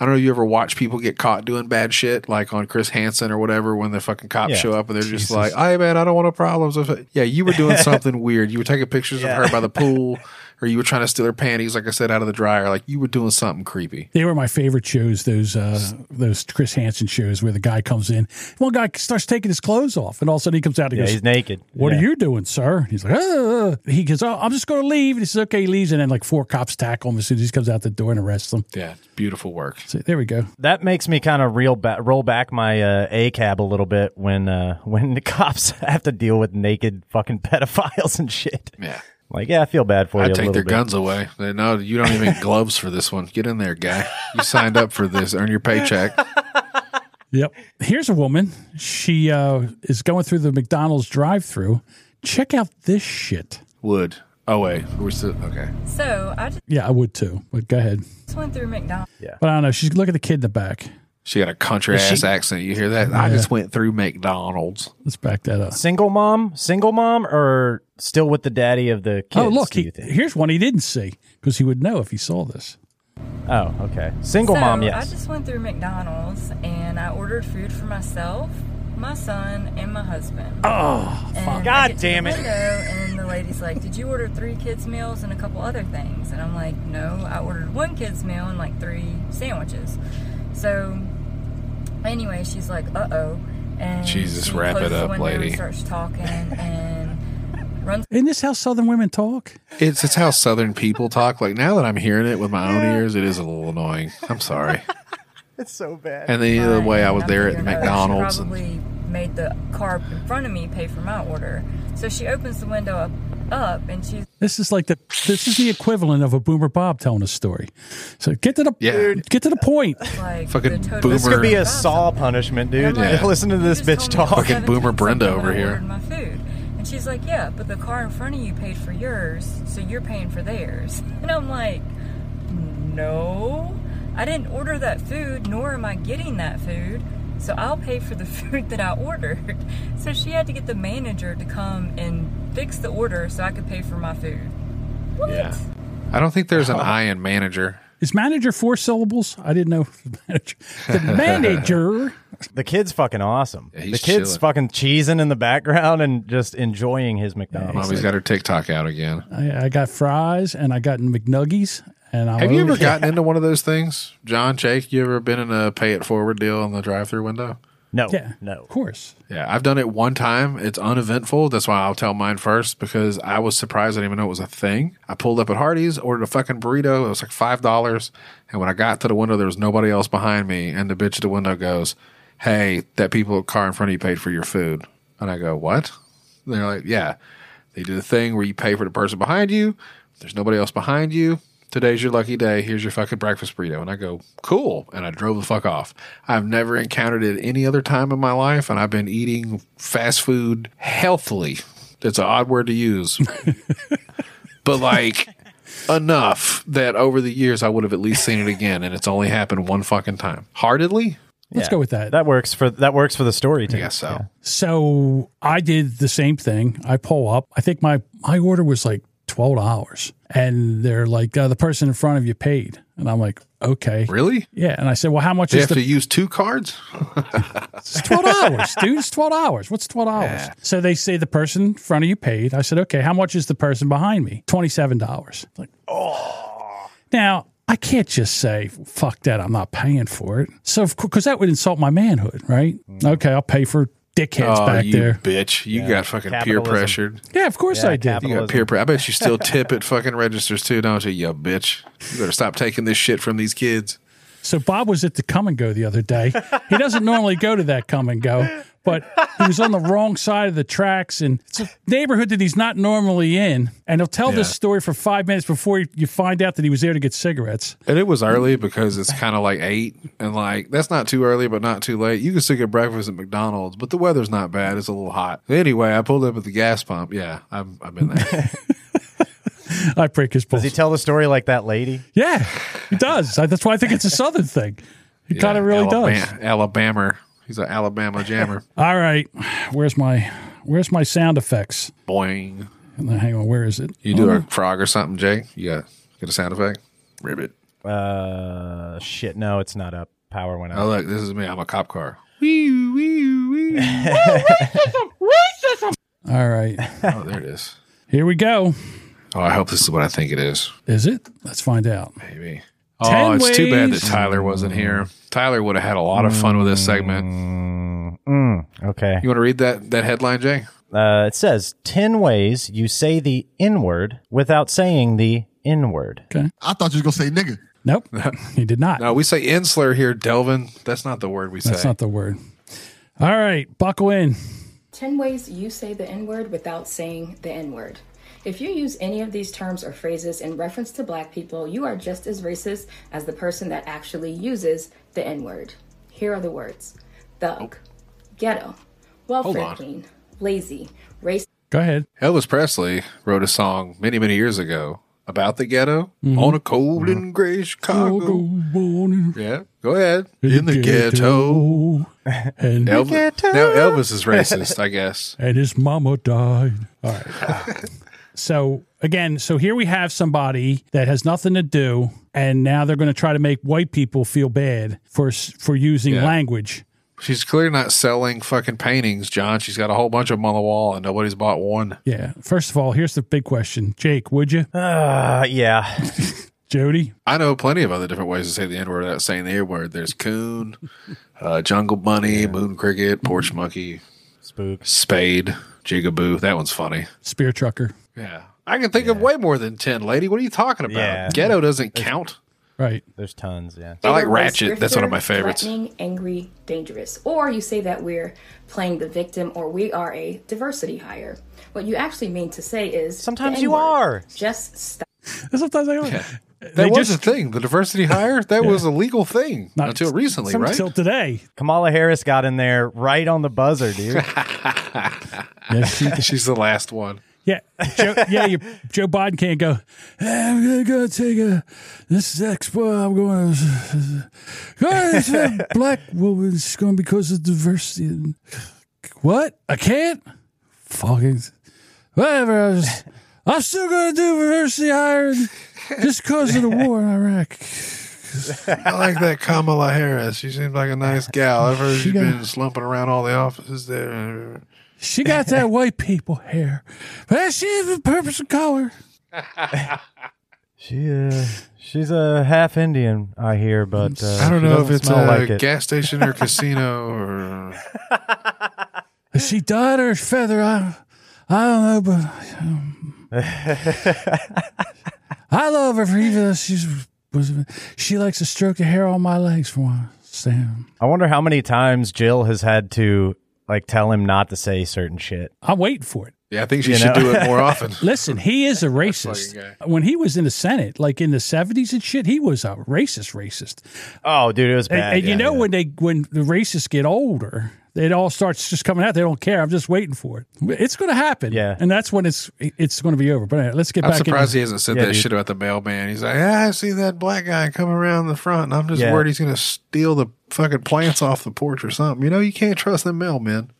I don't know. if You ever watch people get caught doing bad shit, like on Chris Hansen or whatever, when the fucking cops
Yeah.
show up and they're just like, "Hey man, I don't want no problems." Yeah, you were doing something weird. You were taking pictures of her by the pool or you were trying to steal her panties, like I said, out of the dryer. Like you were doing something creepy.
They were my favorite shows. Those uh, those Chris Hansen shows where the guy comes in, one guy starts taking his clothes off, and all of a sudden he comes out and
Yeah,
goes,
he's naked.
What
Yeah.
are you doing, sir? And he's like, "Ah." he goes, oh, I'm just going to leave. And he says, okay, he leaves, and then like four cops tackle him as soon as he comes out the door and arrest him.
Yeah, beautiful work.
So there we go.
That makes me kind of reel ba- roll back my uh, A cab a little bit when uh, when the cops have to deal with naked fucking pedophiles and shit.
Yeah.
Like, Oh, yeah, I feel bad for
I
you. a
take
little
their
bit.
guns away. They, no, you don't even get gloves for this one. Get in there, guy. You signed up for this. Earn your paycheck.
Yep. Here's a woman. She uh, is going through the McDonald's drive through. Check out this shit.
Would. Oh wait, we're still okay.
So I just
Yeah, I would too, but go ahead.
went through McDonald's.
Yeah.
But I don't know. She's look at the kid in the back.
She got a country
Is she-
ass accent. You hear that? I
Yeah.
just went through McDonald's.
Let's back that up.
Single mom, single mom, or still with the daddy of the kids?
oh, look.
do
He,
you think?
here's one he didn't see because he would know if he saw this.
Oh, okay. Single
So,
mom,
I
yes.
just went through McDonald's and I ordered food for myself, my son, and my husband.
Oh,
And
fuck.
I
God
get to
damn
the
it.
window and the lady's like, "Did you order three kids meals and a couple other things?" And I'm like, "No, I ordered one kids meal and like three sandwiches." So anyway, she's like, "Uh oh," and
Jesus,
she
wrap it
closes the
up,
window and
lady.
starts talking and runs
Isn't this how Southern women talk?
It's it's how Southern people talk. Like now that I'm hearing it with my own ears, it is a little annoying. I'm sorry.
It's so bad.
And the other way, I was there at
figuring, oh,
McDonald's.
She
And,
probably made the car in front of me pay for my order. So she opens the window up, up and she's
This is like the this is the equivalent of a boomer Bob telling a story. So get to the get to the point.
like,
Fucking
the total
This could be a saw punishment, dude.
Yeah.
Listen to this bitch talk.
fucking Boomer Brenda over
I
here.
ordered my food. And she's like, yeah, but the car in front of you paid for yours, so you're paying for theirs. And I'm like, no, I didn't order that food, nor am I getting that food. So I'll pay for the food that I ordered. So she had to get the manager to come and fix the order so I could pay for my food. What?
Yeah. I don't think there's an I in manager.
Is manager four syllables? I didn't know. Manager. The manager.
The kid's fucking awesome.
he's
the kid's
chilling.
fucking cheesing in the background and just enjoying his McDonald's.
Mommy's got her TikTok out again.
I, I got fries and I got McNuggies and I.
Have you ever gotten into one of those things, John Jake? You ever been in a pay it forward deal in the drive-through window?
No,
Yeah.
no.
Of course.
Yeah, I've done it one time. It's uneventful. That's why I'll tell mine first because I was surprised I didn't even know it was a thing. I pulled up at Hardee's, ordered a fucking burrito. It was like five dollars, and when I got to the window, there was nobody else behind me. And the bitch at the window goes, "Hey, that people car in front of you paid for your food." And I go, "What?" And they're like, "Yeah, they do the thing where you pay for the person behind you. There's nobody else behind you." Today's your lucky day. Here's your fucking breakfast burrito. And I go, cool. And I drove the fuck off. I've never encountered it any other time in my life. And I've been eating fast food healthily. That's an odd word to use, but like enough that over the years I would have at least seen it again. And it's only happened one fucking time. Heartedly?
Let's go with that.
That works for that works for the story too.
Yes, so.
So I did the same thing. I pull up. I think my my order was like twelve dollars, and they're like, uh, the person in front of you paid, and I'm like, okay,
Really?
yeah. And I said, well, how much
Do you
is
have
the
to use two cards?
It's twelve dollars, dude. It's twelve dollars. What's twelve dollars? So they say the person in front of you paid. I said, okay, how much is the person behind me? Twenty seven dollars. Like, oh. Now I can't just say fuck that. I'm not paying for it. So because that would insult my manhood, right? Okay, I'll pay for dickheads
oh,
back
you
there.
bitch. You got fucking
Capitalism.
peer pressured.
Yeah, of course
Yeah,
I did.
You got peer pressure. I bet you still tip at fucking registers too, don't you, you bitch? You better stop taking this shit from these kids.
So Bob was at the come and go the other day. He doesn't normally go to that come and go, but he was on the wrong side of the tracks, and it's a neighborhood that he's not normally in. And he'll tell this
Yeah.
story for five minutes before you- you find out that he was there to get cigarettes.
And it was early because it's kind of like eight, and like that's not too early, but not too late. You can still get breakfast at McDonald's, but the weather's not bad. It's a little hot. Anyway, I pulled up at the gas pump. Yeah, I'm, I've been there.
I prick his
Does
balls.
he tell the story like that lady?
yeah, he does. I- That's why I think it's a Southern thing. He kind of really does.
Alabama, Alabama. He's an Alabama jammer.
All right, where's my where's my sound effects?
Boing.
And then, hang on, where is it?
You do
Oh,
a frog or something, Jake? You got, get a sound effect? Ribbit.
Uh, shit. No, it's not up. Power went
Oh,
out.
look, this is me. I'm a cop car.
all right,
Oh, there it is.
here we go.
Oh, I hope this is what I think it is.
Is it? Let's find out.
Maybe.
Ten
Oh, it's too bad that
ways-
Tyler wasn't here. Tyler would have had a lot of fun with this segment.
Mm, okay.
You want to read that that headline, Jay?
Uh, it says 10 ways you say the N word without saying the N word.
Okay.
I thought you was going to say nigga.
Nope. he did not.
No, we say insular here, Delvin. That's not the word we
That's
say.
not the word. All right, buckle in.
10 ways you say the N word without saying the N word. If you use any of these terms or phrases in reference to black people, you are just as racist as the person that actually uses the N word. Here are the words thug, ghetto,
Hold
welfare
on.
queen, lazy, race.
Go ahead.
Elvis Presley wrote a song many, many years ago about the ghetto
Mm-hmm.
on a cold and gray Chicago. Yeah, go ahead. In, the ghetto.
And
Elvis- Now Elvis is racist, I guess.
and his mama died. All right. so again, so here we have somebody that has nothing to do, and now they're going to try to make white people feel bad for s- for using
Yeah.
language.
She's clearly not selling fucking paintings, John. She's got a whole bunch of them on the wall and nobody's bought one.
Yeah. First of all, here's the big question, Jake. Would you?
Uh, yeah.
Jody.
I know plenty of other different ways to say the N word without saying the N word. There's coon, uh, jungle bunny, moon cricket, porch monkey,
spook,
spade, jigaboo. That one's funny.
Spear trucker.
Yeah. I can think of way more than 10, lady. What are you talking about?
Yeah.
Ghetto doesn't count.
Right.
There's tons, yeah.
I like
Either way,
Ratchet. That's one of
grifter,
my favorites.
Threatening, angry, dangerous. Or you say that we're playing the victim or we are a diversity hire. What you actually mean to say is
Sometimes
the
you
N-word.
are.
Just stop.
Sometimes I uh,
That was a thing. The diversity hire, that was a legal thing until recently, right?
today.
Kamala Harris got in there right on the buzzer, dude.
She's the last one.
Yeah, Joe, yeah. You, Joe Biden can't go. "Hey, I'm gonna go take a this expo. I'm going. to Guys, that black woman's going because of diversity. and-" What? I can't. Fucking whatever. I was, I'm still gonna do diversity hiring just because of the war in Iraq.
I like that Kamala Harris. She seems like a nice gal. I've heard
She
she's
got-
been slumping around all the offices there.
She got that white people hair, but she's a purpose of color.
She uh, she's a half Indian, I hear, but uh,
I don't
she
know if
doesn't
it's a
smell like it.
gas station or casino or
Is she dyed or feather? I, I don't know, but um, I love her for even though she's was, she likes to stroke the hair on my legs for one. Sam,
I wonder how many times Jill has had to like tell him not to say certain shit.
I'm waiting for it.
Yeah, I think she
You
should
know?
do it more often.
Listen, he is a racist. When he was in the Senate, like in the seventies and shit, he was a racist, racist.
Oh, dude, it was
And,
bad.
and you
Yeah,
know when they when the racists get older, it all starts just coming out. They don't care. I'm just waiting for it. It's going to happen. Yeah, and that's when it's it's going to be over. But anyway, let's get
I'm
back. in-
surprised he hasn't said
Yeah,
that
dude.
shit about the mailman. He's like, yeah, I see that black guy coming around the front, and I'm just
Yeah.
worried he's going to steal the fucking plants off the porch or something. You know, you can't trust the mailman.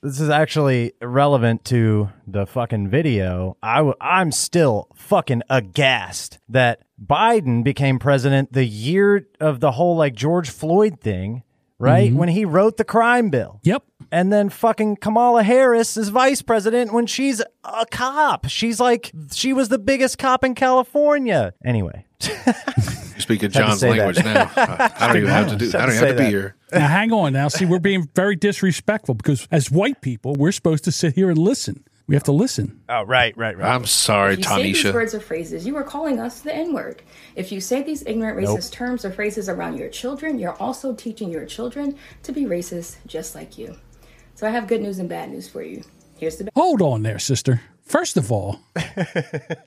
This is actually relevant to the fucking video. I w- I'm still fucking aghast that Biden became president the year of the whole like George Floyd thing, right?
Mhm.
When he wrote the crime bill.
Yep.
And then fucking Kamala Harris is vice president when she's a cop. She's like, she was the biggest cop in California. Anyway,
You speak
Had
in
to
John's
say that.
language now. I I don't even have to do. I don't even have to be here.
Now, hang on. Now, see, we're being very disrespectful because as white people, we're supposed to sit here and listen. We have to listen.
Oh, right, right,
right. I'm sorry,
If you say these
Tanisha.
words or phrases, you are calling us the N word. If you say these ignorant racist
Nope.
terms or phrases around your children, you're also teaching your children to be racist just like you. So I have good news and bad news for you. Here's the
Hold on there, sister. First of all,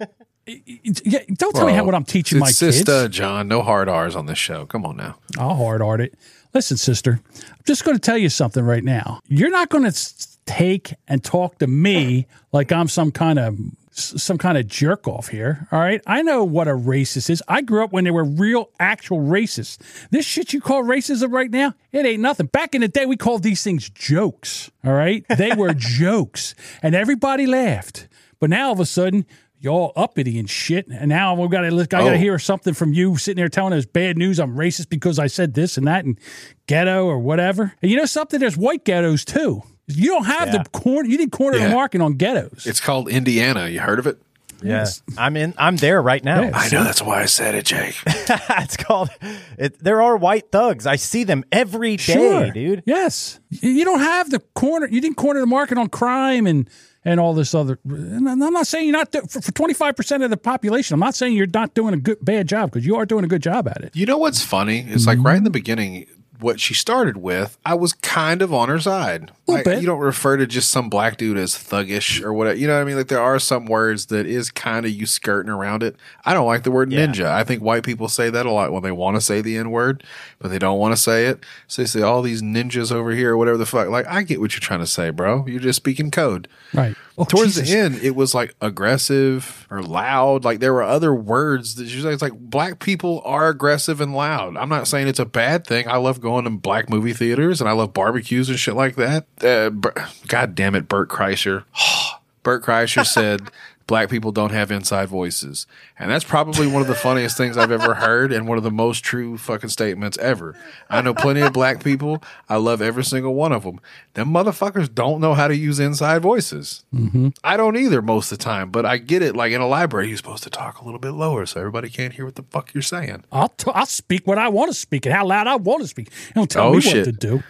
yeah, don't tell me how
Well,
what I'm teaching my
it's just,
kids.
uh, Oh, John, no hard R's on this show. Come on now.
I'll hard art it. Listen, sister, I'm just going to tell you something right now. You're not going to take and talk to me like I'm some kind of some kind of jerk off here. All right, I know what a racist is. I grew up when there were real, actual racists. This shit you call racism right now, it ain't nothing. Back in the day, we called these things jokes. All right, they were jokes, and everybody laughed. But now all of a sudden. Y'all uppity and shit, and now we've got to. I got to
Oh.
hear something from you sitting there telling us bad news. I'm racist because I said this and that and ghetto or whatever. And you know something? There's white ghettos too. You don't have the corner. You didn't corner
Yeah.
the market on ghettos.
It's called Indiana. You heard of it?
Yes, I'm in. I'm there right now.
I know that's why I said it, Jake.
it's called. It, there are white thugs. I see them every day,
Sure.
dude.
Yes, Y- you don't have the corner. You didn't corner the market on crime and and all this other. And I'm not saying you're not do, for twenty five percent of the population. I'm not saying you're not doing a good bad job because you are doing a good job at it.
You know what's funny? It's like right in the beginning, what she started with, I was kind of on her side. Like,
bit.
You don't refer to just some black dude as thuggish or whatever. You know what I mean? Like there are some words that is kind of you skirting around it. I don't like the word ninja. I think white people say that a lot when they want to say the N word, but they don't want to say it. So they say all these ninjas over here or whatever the fuck. Like I get what you're trying to say, bro. You're just speaking code.
Right.
Towards the end, it was like aggressive or loud. Like there were other words that you say. It's like black people are aggressive and loud. I'm not saying it's a bad thing. I love going to black movie theaters and I love barbecues and shit like that. Uh, Bur- God damn it, Burt Kreischer. Burt Kreischer said black people don't have inside voices. And that's probably one of the funniest things I've ever heard and one of the most true fucking statements ever. I know plenty of black people. I love every single one of them. Them motherfuckers don't know how to use inside voices.
Mm-hmm.
I don't either most of the time, but I get it. Like in a library, you're supposed to talk a little bit lower so everybody can't hear what the fuck you're saying.
I'll t- I'll speak what I want to speak and how loud I want to speak. Don't tell
Oh,
me what to do.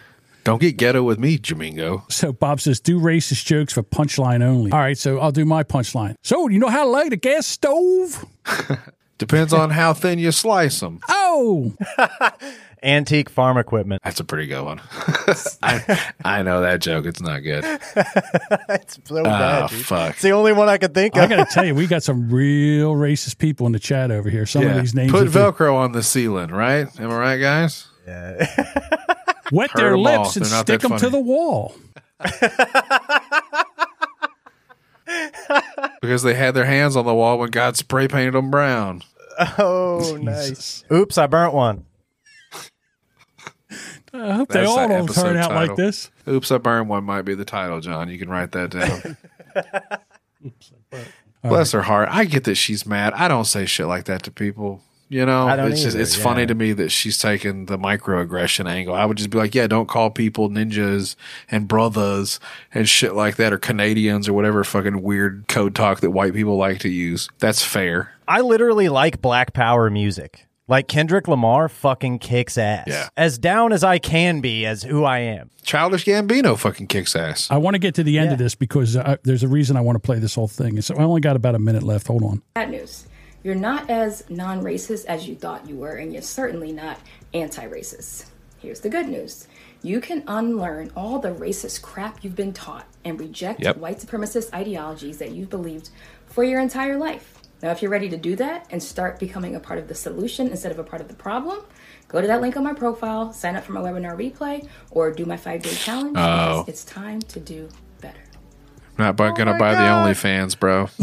Don't get ghetto with me, Jamingo.
So Bob says, do racist jokes for punchline only. All right, so I'll do my punchline. So you know how to light a gas stove?
Depends on how thin you slice them.
Oh,
Antique farm equipment.
That's a pretty good one. I, I know that joke. It's not good.
It's so
Ah,
bad. Dude.
fuck.
It's the only one I could think
I
of.
got to tell you, we got some real racist people in the chat over here. Some of
Yeah.
these names
Put
are too-
Velcro on the ceiling, right? Am I right, guys?
wet
Hurt
their
'em
lips
off.
and
They're not
stick
that
them to
funny.
the wall.
Because they had their hands on the wall when God spray painted them brown.
Oh, nice. Oops, I burnt one.
I hope they
That's
all
that
don't turn
episode
out like
title.
this.
Oops, I burned one might be the title, John. You can write that down. Bless her heart. I get that she's mad. I don't say shit like that to people. You know,
I don't
it's just
either,
it's
yeah.
funny to me that she's taking the microaggression angle. I would just be like, yeah, don't call people ninjas and brothers and shit like that or Canadians or whatever fucking weird code talk that white people like to use. That's fair.
I literally like black power music. Like Kendrick Lamar fucking kicks ass.
Yeah.
As down as I can be as who I am.
Childish Gambino fucking kicks ass.
Oh.
I want to get to the end of this because I, there's a reason I want to play this whole thing. So I only got about a minute left. Hold on.
Bad news. You're not as non racist as you thought you were, and you're certainly not anti racist. Here's the good news you can unlearn all the racist crap you've been taught and reject
Yep.
white supremacist ideologies that you've believed for your entire life. Now, if you're ready to do that and start becoming a part of the solution instead of a part of the problem, go to that link on my profile, sign up for my webinar replay, or do my five day challenge. because
Oh.
It's time to do better.
Not bu- gonna buy the OnlyFans, bro.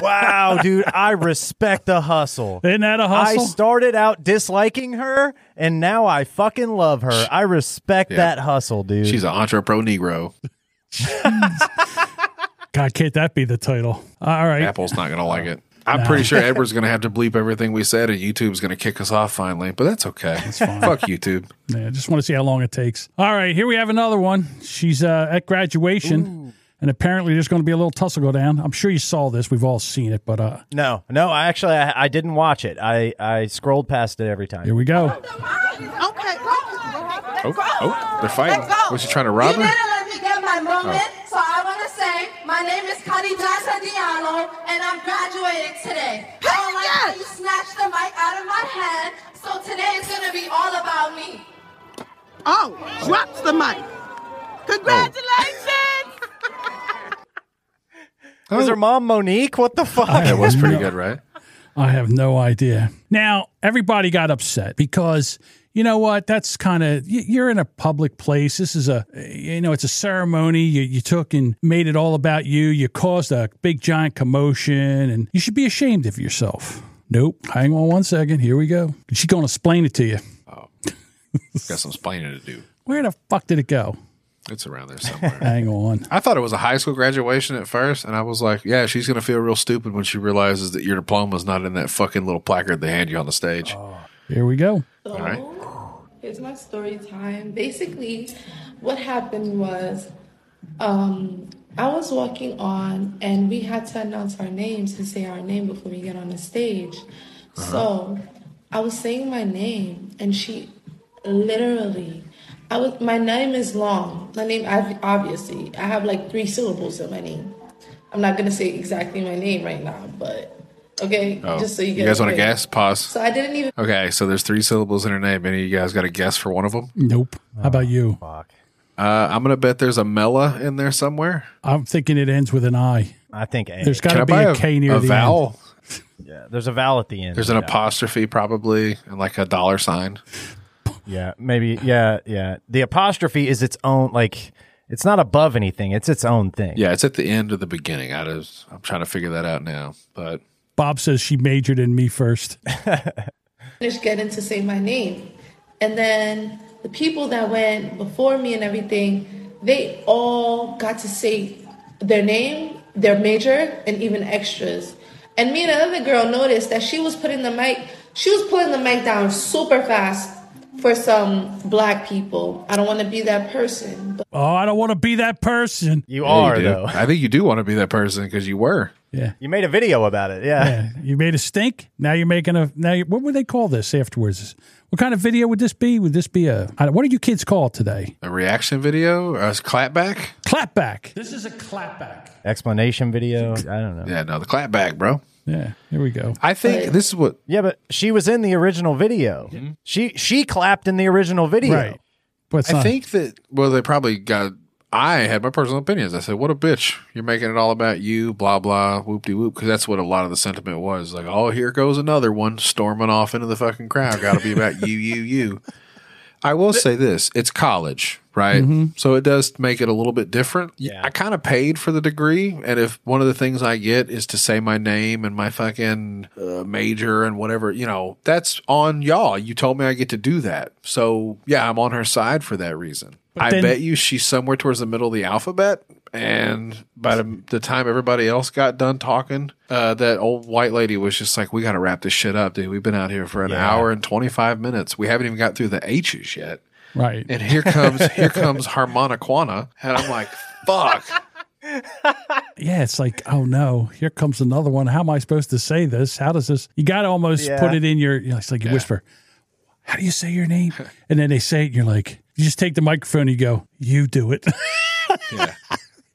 Wow, dude, I respect the hustle.
Isn't that a
I
hustle?
started out disliking her and now I fucking love her. I respect
Yeah.
that hustle, dude.
She's an entrepreneur Negro.
God, can't that be the title? All right.
Apple's not going to like it. I'm
No.
pretty sure Edward's going to have to bleep everything we said, and YouTube's going to kick us off finally. But that's okay. Fuck YouTube.
Yeah, I just want to see how long it takes. All right, here we have another one. She's uh, at graduation, and apparently there's going to be a little tussle go down. I'm sure you saw this. We've all seen it, but uh,
no, no, I actually I, I didn't watch it. I, I scrolled past it every time.
here we go.
Okay,
Oh, oh, they're fighting. Was she trying to rob
You
her? Oh.
didn't let me get my moment, so I want to say my name is Connie Johnson Diallo, and I'm graduating today. I don't like how you snatched the mic out of my hand, so today is going to be all about me. Oh, drops the mic.
Oh,
Congratulations!
Was her mom Monique? What the fuck?
That was pretty good, right?
I have no idea. Now, everybody got upset because you know what? That's kind of you're in a public place. This is a you know it's a ceremony. You, you took and made it all about you. You caused a big giant commotion, and you should be ashamed of yourself. Nope. Hang on one second. Here we go. She's gonna explain it to you.
Got some explaining to do.
Where the fuck did it go?
It's around there somewhere.
Hang on.
I thought it was a high school graduation at first, and I was like, yeah, she's going to feel real stupid when she realizes that your diploma's not in that fucking little placard they hand you on the stage.
Here we go.
So,
All right.
here's my story time. Basically, what happened was um, I was walking on, and we had to announce our names and say our name before we get on the stage. So I was saying my name, and she literally, I was. My name is long. My name, ob- obviously, I have like three syllables in my name. I'm not gonna say exactly my name right now, but okay,
Oh,
just so you,
you,
get
guys
a
want to
picture.
guess? Pause.
So I didn't even.
Okay, so there's three syllables in her name. Any of you guys got a guess for one of them?
Nope. How about you?
Uh, I'm gonna bet there's a Mela in there somewhere.
I'm thinking it ends with an I.
I think A.
There's got to be a K near the
vowel.
Yeah, there's a vowel at the end.
There's an apostrophe probably, and like a dollar sign.
Yeah, maybe. Yeah, yeah. The apostrophe is its own. Like, it's not above anything. It's its own thing.
Yeah, it's at the end of the beginning. I just, I'm trying to figure that out now. But
Bob says she majored in me first.
finished getting to say my name. And then the people that went before me and everything, they all got to say their name, their major, and even extras. And me and another girl noticed that she was putting the mic, she was pulling the mic down super fast for some black people. I don't want to be that person, but
Oh, I don't want to be that person.
You
Yeah, do. I think you do want to be that person because you were.
Yeah.
You made a video about it.
Yeah. You made a stink. Now you're making a. Now, you, what would they call this afterwards? What kind of video would this be? Would this be a. I don't- What do you kids call it today?
A reaction video, a clapback.
Clapback. This is a clapback.
Explanation video. I don't know.
Yeah, no, the clapback, bro.
Yeah. Here we go.
I think this is what.
Yeah, but she was in the original video.
Mm-hmm.
She she clapped in the original video.
Right. I think that well, they probably got. I had my personal opinions. I said, "What a bitch! You're making it all about you." Blah blah. Whoop de whoop. Because that's what a lot of the sentiment was. Like, oh, here goes another one storming off into the fucking crowd. Got to be about you, you, you. I will say this: it's college, right?
Mm-hmm.
Mhm.
So it does make it a little bit different. I kind of paid for the degree, and if one of the things I get is to say my name and my fucking uh, major and whatever, you know, that's on y'all. You told me I get to do that, so yeah, I'm on her side for that reason.
But
I
then-
bet you she's somewhere towards the middle of the alphabet, and by the, the time everybody else got done talking, uh, that old white lady was just like, "We got to wrap this shit up, dude. We've been out here for an
Yeah.
hour and twenty five minutes. We haven't even got through the H's yet."
Right.
And here comes here comes Harmoniquana, and I'm like, fuck.
Yeah, it's like, oh no, here comes another one. How am I supposed to say this? How does this? You got to almost
Yeah.
put it in your. You know, it's like you whisper, "How do you say your name?" And then they say it. and You're like, you just take the microphone. and You go, you do it.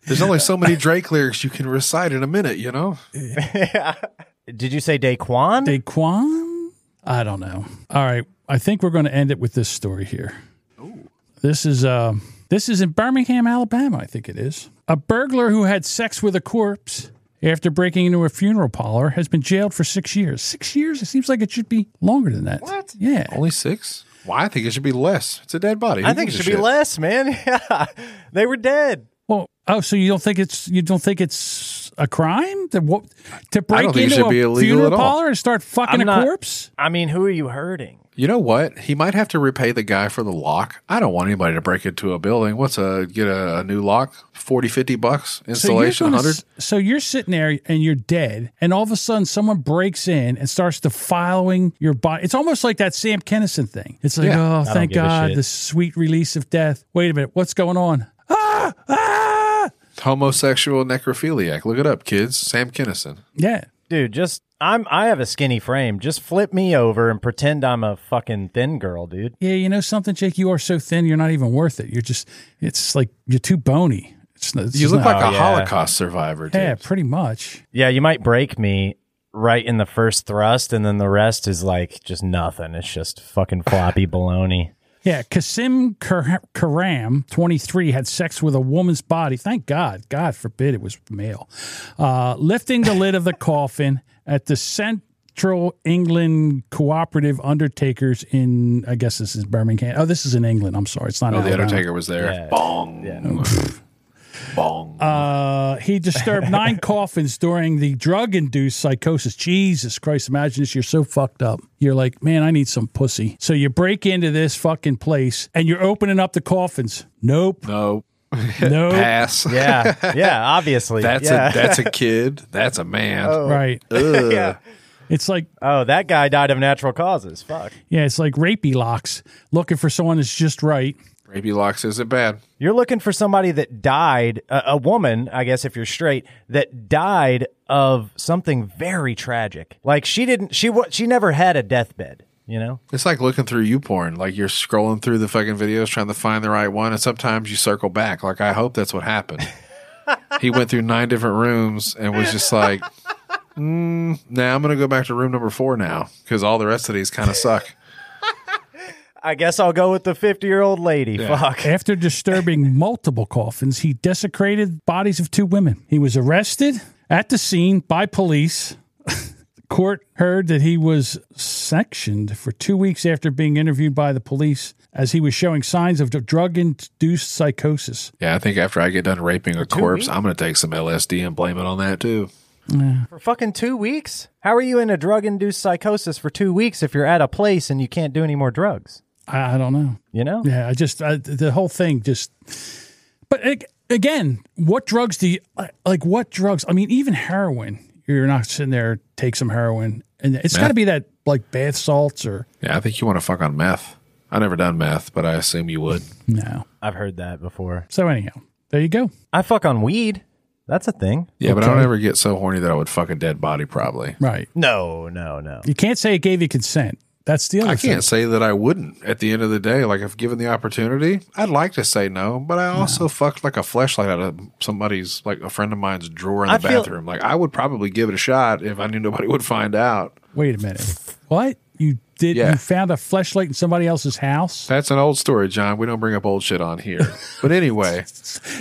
There's only so many Drake lyrics you can recite in a minute, you know.
Did you say Daquan?
Daquan? I don't know. All right, I think we're going to end it with this story here. This is uh, this is in Birmingham, Alabama. I think it is. A burglar who had sex with a corpse after breaking into a funeral parlor has been jailed for six years. Six years? It seems like it should be longer than that. What? Yeah.
Only six? Why? I think it should be less. It's a dead body.
I think it should be less, man. Yeah, they were dead.
Well, oh, so you don't think it's you don't think it's a crime to what to
I
break
don't think it
into
should
a
be illegal
funeral
at all.
parlor and start fucking
I'm
a
not-
corpse?
I mean, who are you hurting?
You know what? He might have to repay the guy for the lock. I don't want anybody to break into a building. What's a get a, a new lock? 40, 50 bucks installation,
so you're, gonna
hundred.
s- so you're sitting there and you're dead, and all of a sudden someone breaks in and starts defiling your body. It's almost like that Sam Kennison thing. It's like,
Yeah. I
oh,
don't
thank
give a
God,
shit.
the sweet release of death. Wait a minute, what's going on? Ah,
Homosexual necrophiliac. Look it up, kids. Sam Kinison.
Yeah.
Dude, just I'm I have a skinny frame. Just flip me over and pretend I'm a fucking thin girl, dude.
Yeah, you know something, Jake. You are so thin, you're not even worth it. You're just, it's like you're too bony. It's, not- it's
You
just
look
not-
like a Holocaust survivor,
Oh,
dude.
Yeah, pretty much.
Yeah, you might break me right in the first thrust and then the rest is like just nothing. It's just fucking floppy baloney.
Yeah, Kasim Kar- Karam, 23, had sex with a woman's body. Thank God. God forbid it was male. Uh, lifting the lid of the coffin at the Central England Cooperative Undertakers in, I guess this is Birmingham. Oh, this is in England. I'm sorry. It's not
Oh,
in
the
Alabama.
Undertaker was there. Bong. Bong.
Uh, he disturbed nine coffins during the drug induced psychosis. Jesus Christ, imagine this. You're so fucked up. You're like, man, I need some pussy. So you break into this fucking place and you're opening up the coffins. Nope.
Nope.
Nope.
Pass.
Yeah. Yeah, obviously.
That's
Yeah.
a that's a kid. That's a man.
Oh.
Right.
Ugh.
Yeah.
It's like
Oh, that guy died of natural causes. Fuck.
Yeah, it's like rapey locks, looking for someone that's just right.
Rapey locks isn't bad.
You're looking for somebody that died, a, a woman, I guess, if you're straight, that died of something very tragic. Like she didn't, she wa- she never had a deathbed. You know,
It's like looking through you porn. Like you're scrolling through the fucking videos trying to find the right one, and sometimes you circle back. Like I hope that's what happened. he went through nine different rooms and was just like, mm, "Now I'm gonna go back to room number four now because all the rest of these kind of suck."
I guess I'll go with the 50 year old lady. Fuck.
After disturbing multiple coffins, he desecrated bodies of two women. He was arrested at the scene by police. the court heard that he was sectioned for two weeks after being interviewed by the police as he was showing signs of drug induced psychosis.
Yeah, I think after I get done raping a corpse, I'm gonna take some LSD and blame it on that too.
For fucking two weeks? How are you in a drug induced psychosis for two weeks if you're at a place and you can't do any more drugs?
I, I don't know.
You know?
Yeah, I just I, the whole thing just. But ag- again, what drugs do you like? What drugs? I mean, even heroin. You're not sitting there take some heroin, and it's got to
Meth.
be that like bath salts or
Yeah, I think you want to fuck on meth. I never done meth, but I assume you would.
no.
I've heard that before.
So anyhow, there you go.
I fuck on weed. That's a thing.
Yeah, but I
Okay.
don't ever get so horny that I would fuck a dead body. Probably.
Right.
No, no, no.
You can't say it gave you consent. That's the other
I
thing.
can't say that I wouldn't. At the end of the day, like if given the opportunity, I'd like to say no, but I also fucked like a flashlight out of somebody's, like a friend of mine's drawer in the
I feel-
bathroom. like I would probably give it a shot if I knew nobody would find out.
Wait a minute. What you did?
Yeah.
You found a fleshlight in somebody else's house?
That's an old story, John. We don't bring up old shit on here. but anyway,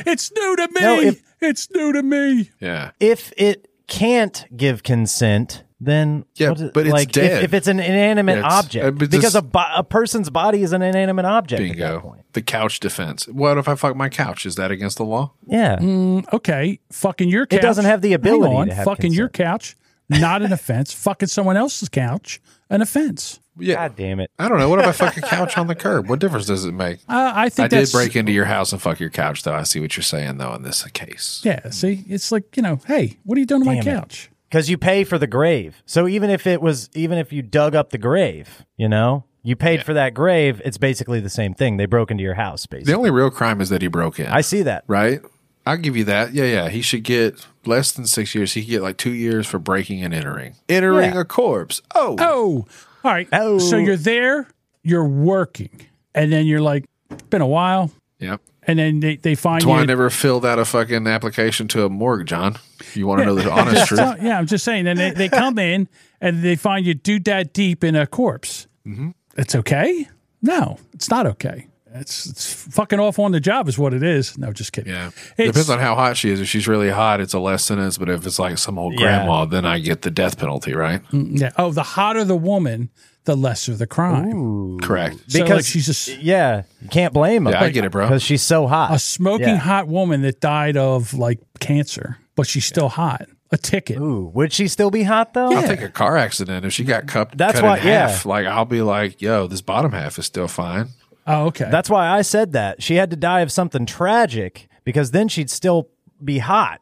It's new to me.
No, if-
it's new to me.
yeah.
If it can't give consent, then
Yeah,
what is-
but it's
like, if-
dead.
If, it's an inanimate
Yeah, it's-
object,
uh, but
because
this-
a, bo- a person's body is an inanimate object. at that point.
Bingo. The couch defense. What if I fuck my couch? Is that against the law?
Yeah.
Mm, okay. Fucking your couch.
It doesn't have the
Hang
ability
on.
to have
Fucking your couch, not an offense. Fucking someone else's couch, an offense.
Yeah.
God damn it.
I don't know. What if I fuck a couch on the curb? What difference does it make?
Uh, I think
I did
that's-
break into your house and fuck your couch, though. I see what you're saying, though, in this case.
Yeah. See, it's like you know, hey, what are you doing to my
Damn it.
couch?
because you pay for the grave. So even if it was, even if you dug up the grave, you know, you paid for that grave. It's basically the same thing. They broke into your house, basically.
The only real crime is that he broke in.
I see that.
right? I'll give you that. Yeah, yeah. He should get less than six years. He could get like two years for breaking and entering. Entering
Yeah.
a corpse. Oh.
Oh, all right.
Oh.
So you're there, you're working, and then you're like, it's been a while,
Yep.
and then they, they find
That's why I
you.
never filled out a fucking application to a morgue, John. You want to know the honest truth?
So- yeah, I'm just saying. And they, they come in and they find you do that deep in a corpse.
Mm-hmm.
Mhm.
It's okay? No, it's not okay. It's, it's fucking off on the job is what it is. No, just kidding.
Yeah.
It's-
Depends on how hot she is. If she's really hot, it's a less sentence. But if it's like some old
Yeah.
grandma, then I get the death penalty, right?
Mm, yeah. Oh, the hotter the woman, the lesser the crime.
Correct.
So, like, she's just
yeah, you can't blame them.
Yeah, I get it, bro.
Because she's so hot.
A smoking
Yeah.
hot woman that died of like cancer, but she's still hot. A ticket.
Ooh, would she still be hot though?
I'll take a car accident if she got cupped.
That's
cut
why-
in
yeah.
half. Like I'll be like, yo, this bottom half is still fine.
Oh, okay.
That's why I said that she had to die of something tragic because then she'd still be hot.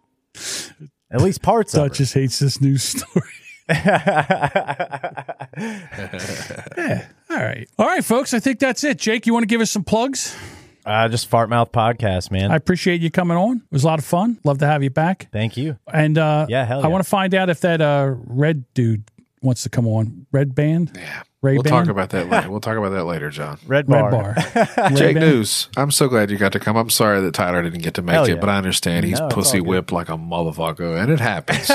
At least parts of her.
Duchess hates this news story. yeah. All right. All right, folks. I think that's it. Jake, you want to give us some plugs?
Uh, just fart mouth podcast, man.
I appreciate you coming on. It was a lot of fun. Love to have you back.
Thank you.
And uh,
Yeah, hell
I
yeah.
want to find out if that uh, red dude wants to come on. Red band? Yeah. Ray
we'll
band?
talk about that later. We'll talk about that later, John.
Red
Red bar.
bar.
Ray-Ban?
Jake News, I'm so glad you got to come. I'm sorry that Tyler didn't get to make
Hell
it,
yeah.
but I understand he's
No, it's
pussy
all good.
whipped like a motherfucker, and it happens.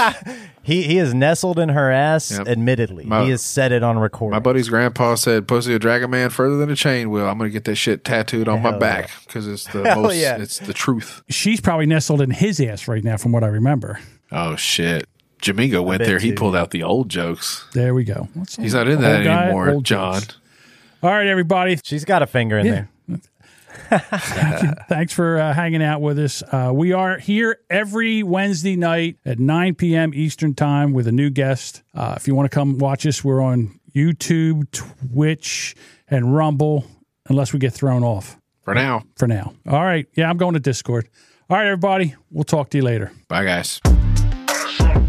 He he is nestled in her ass.
Yep.
Admittedly,
My-
he has said it on recording.
my buddy's grandpa said, "Pussy will drag a man further than a chain will." I'm gonna get that shit tattooed on my
Hell
back because it's the
Hell
most.
yeah.
It's the truth.
She's probably nestled in his ass right now, from what I remember.
Oh shit! Jamingo went
bet
there. He
too.
pulled out the old jokes.
There we go. What's
He's
up?
not in that
Old guy,
anymore,
old
John.
jokes. All right, everybody.
She's got a finger in
Yeah.
there.
Thanks for uh, hanging out with us. Uh, we are here every Wednesday night at 9 p.m. Eastern Time with a new guest. Uh, if you want to come watch us, we're on YouTube, Twitch, and Rumble, unless we get thrown off
For now,
for now. All right. Yeah, I'm going to Discord. All right, everybody. We'll talk to you later.
bye, guys.
Suck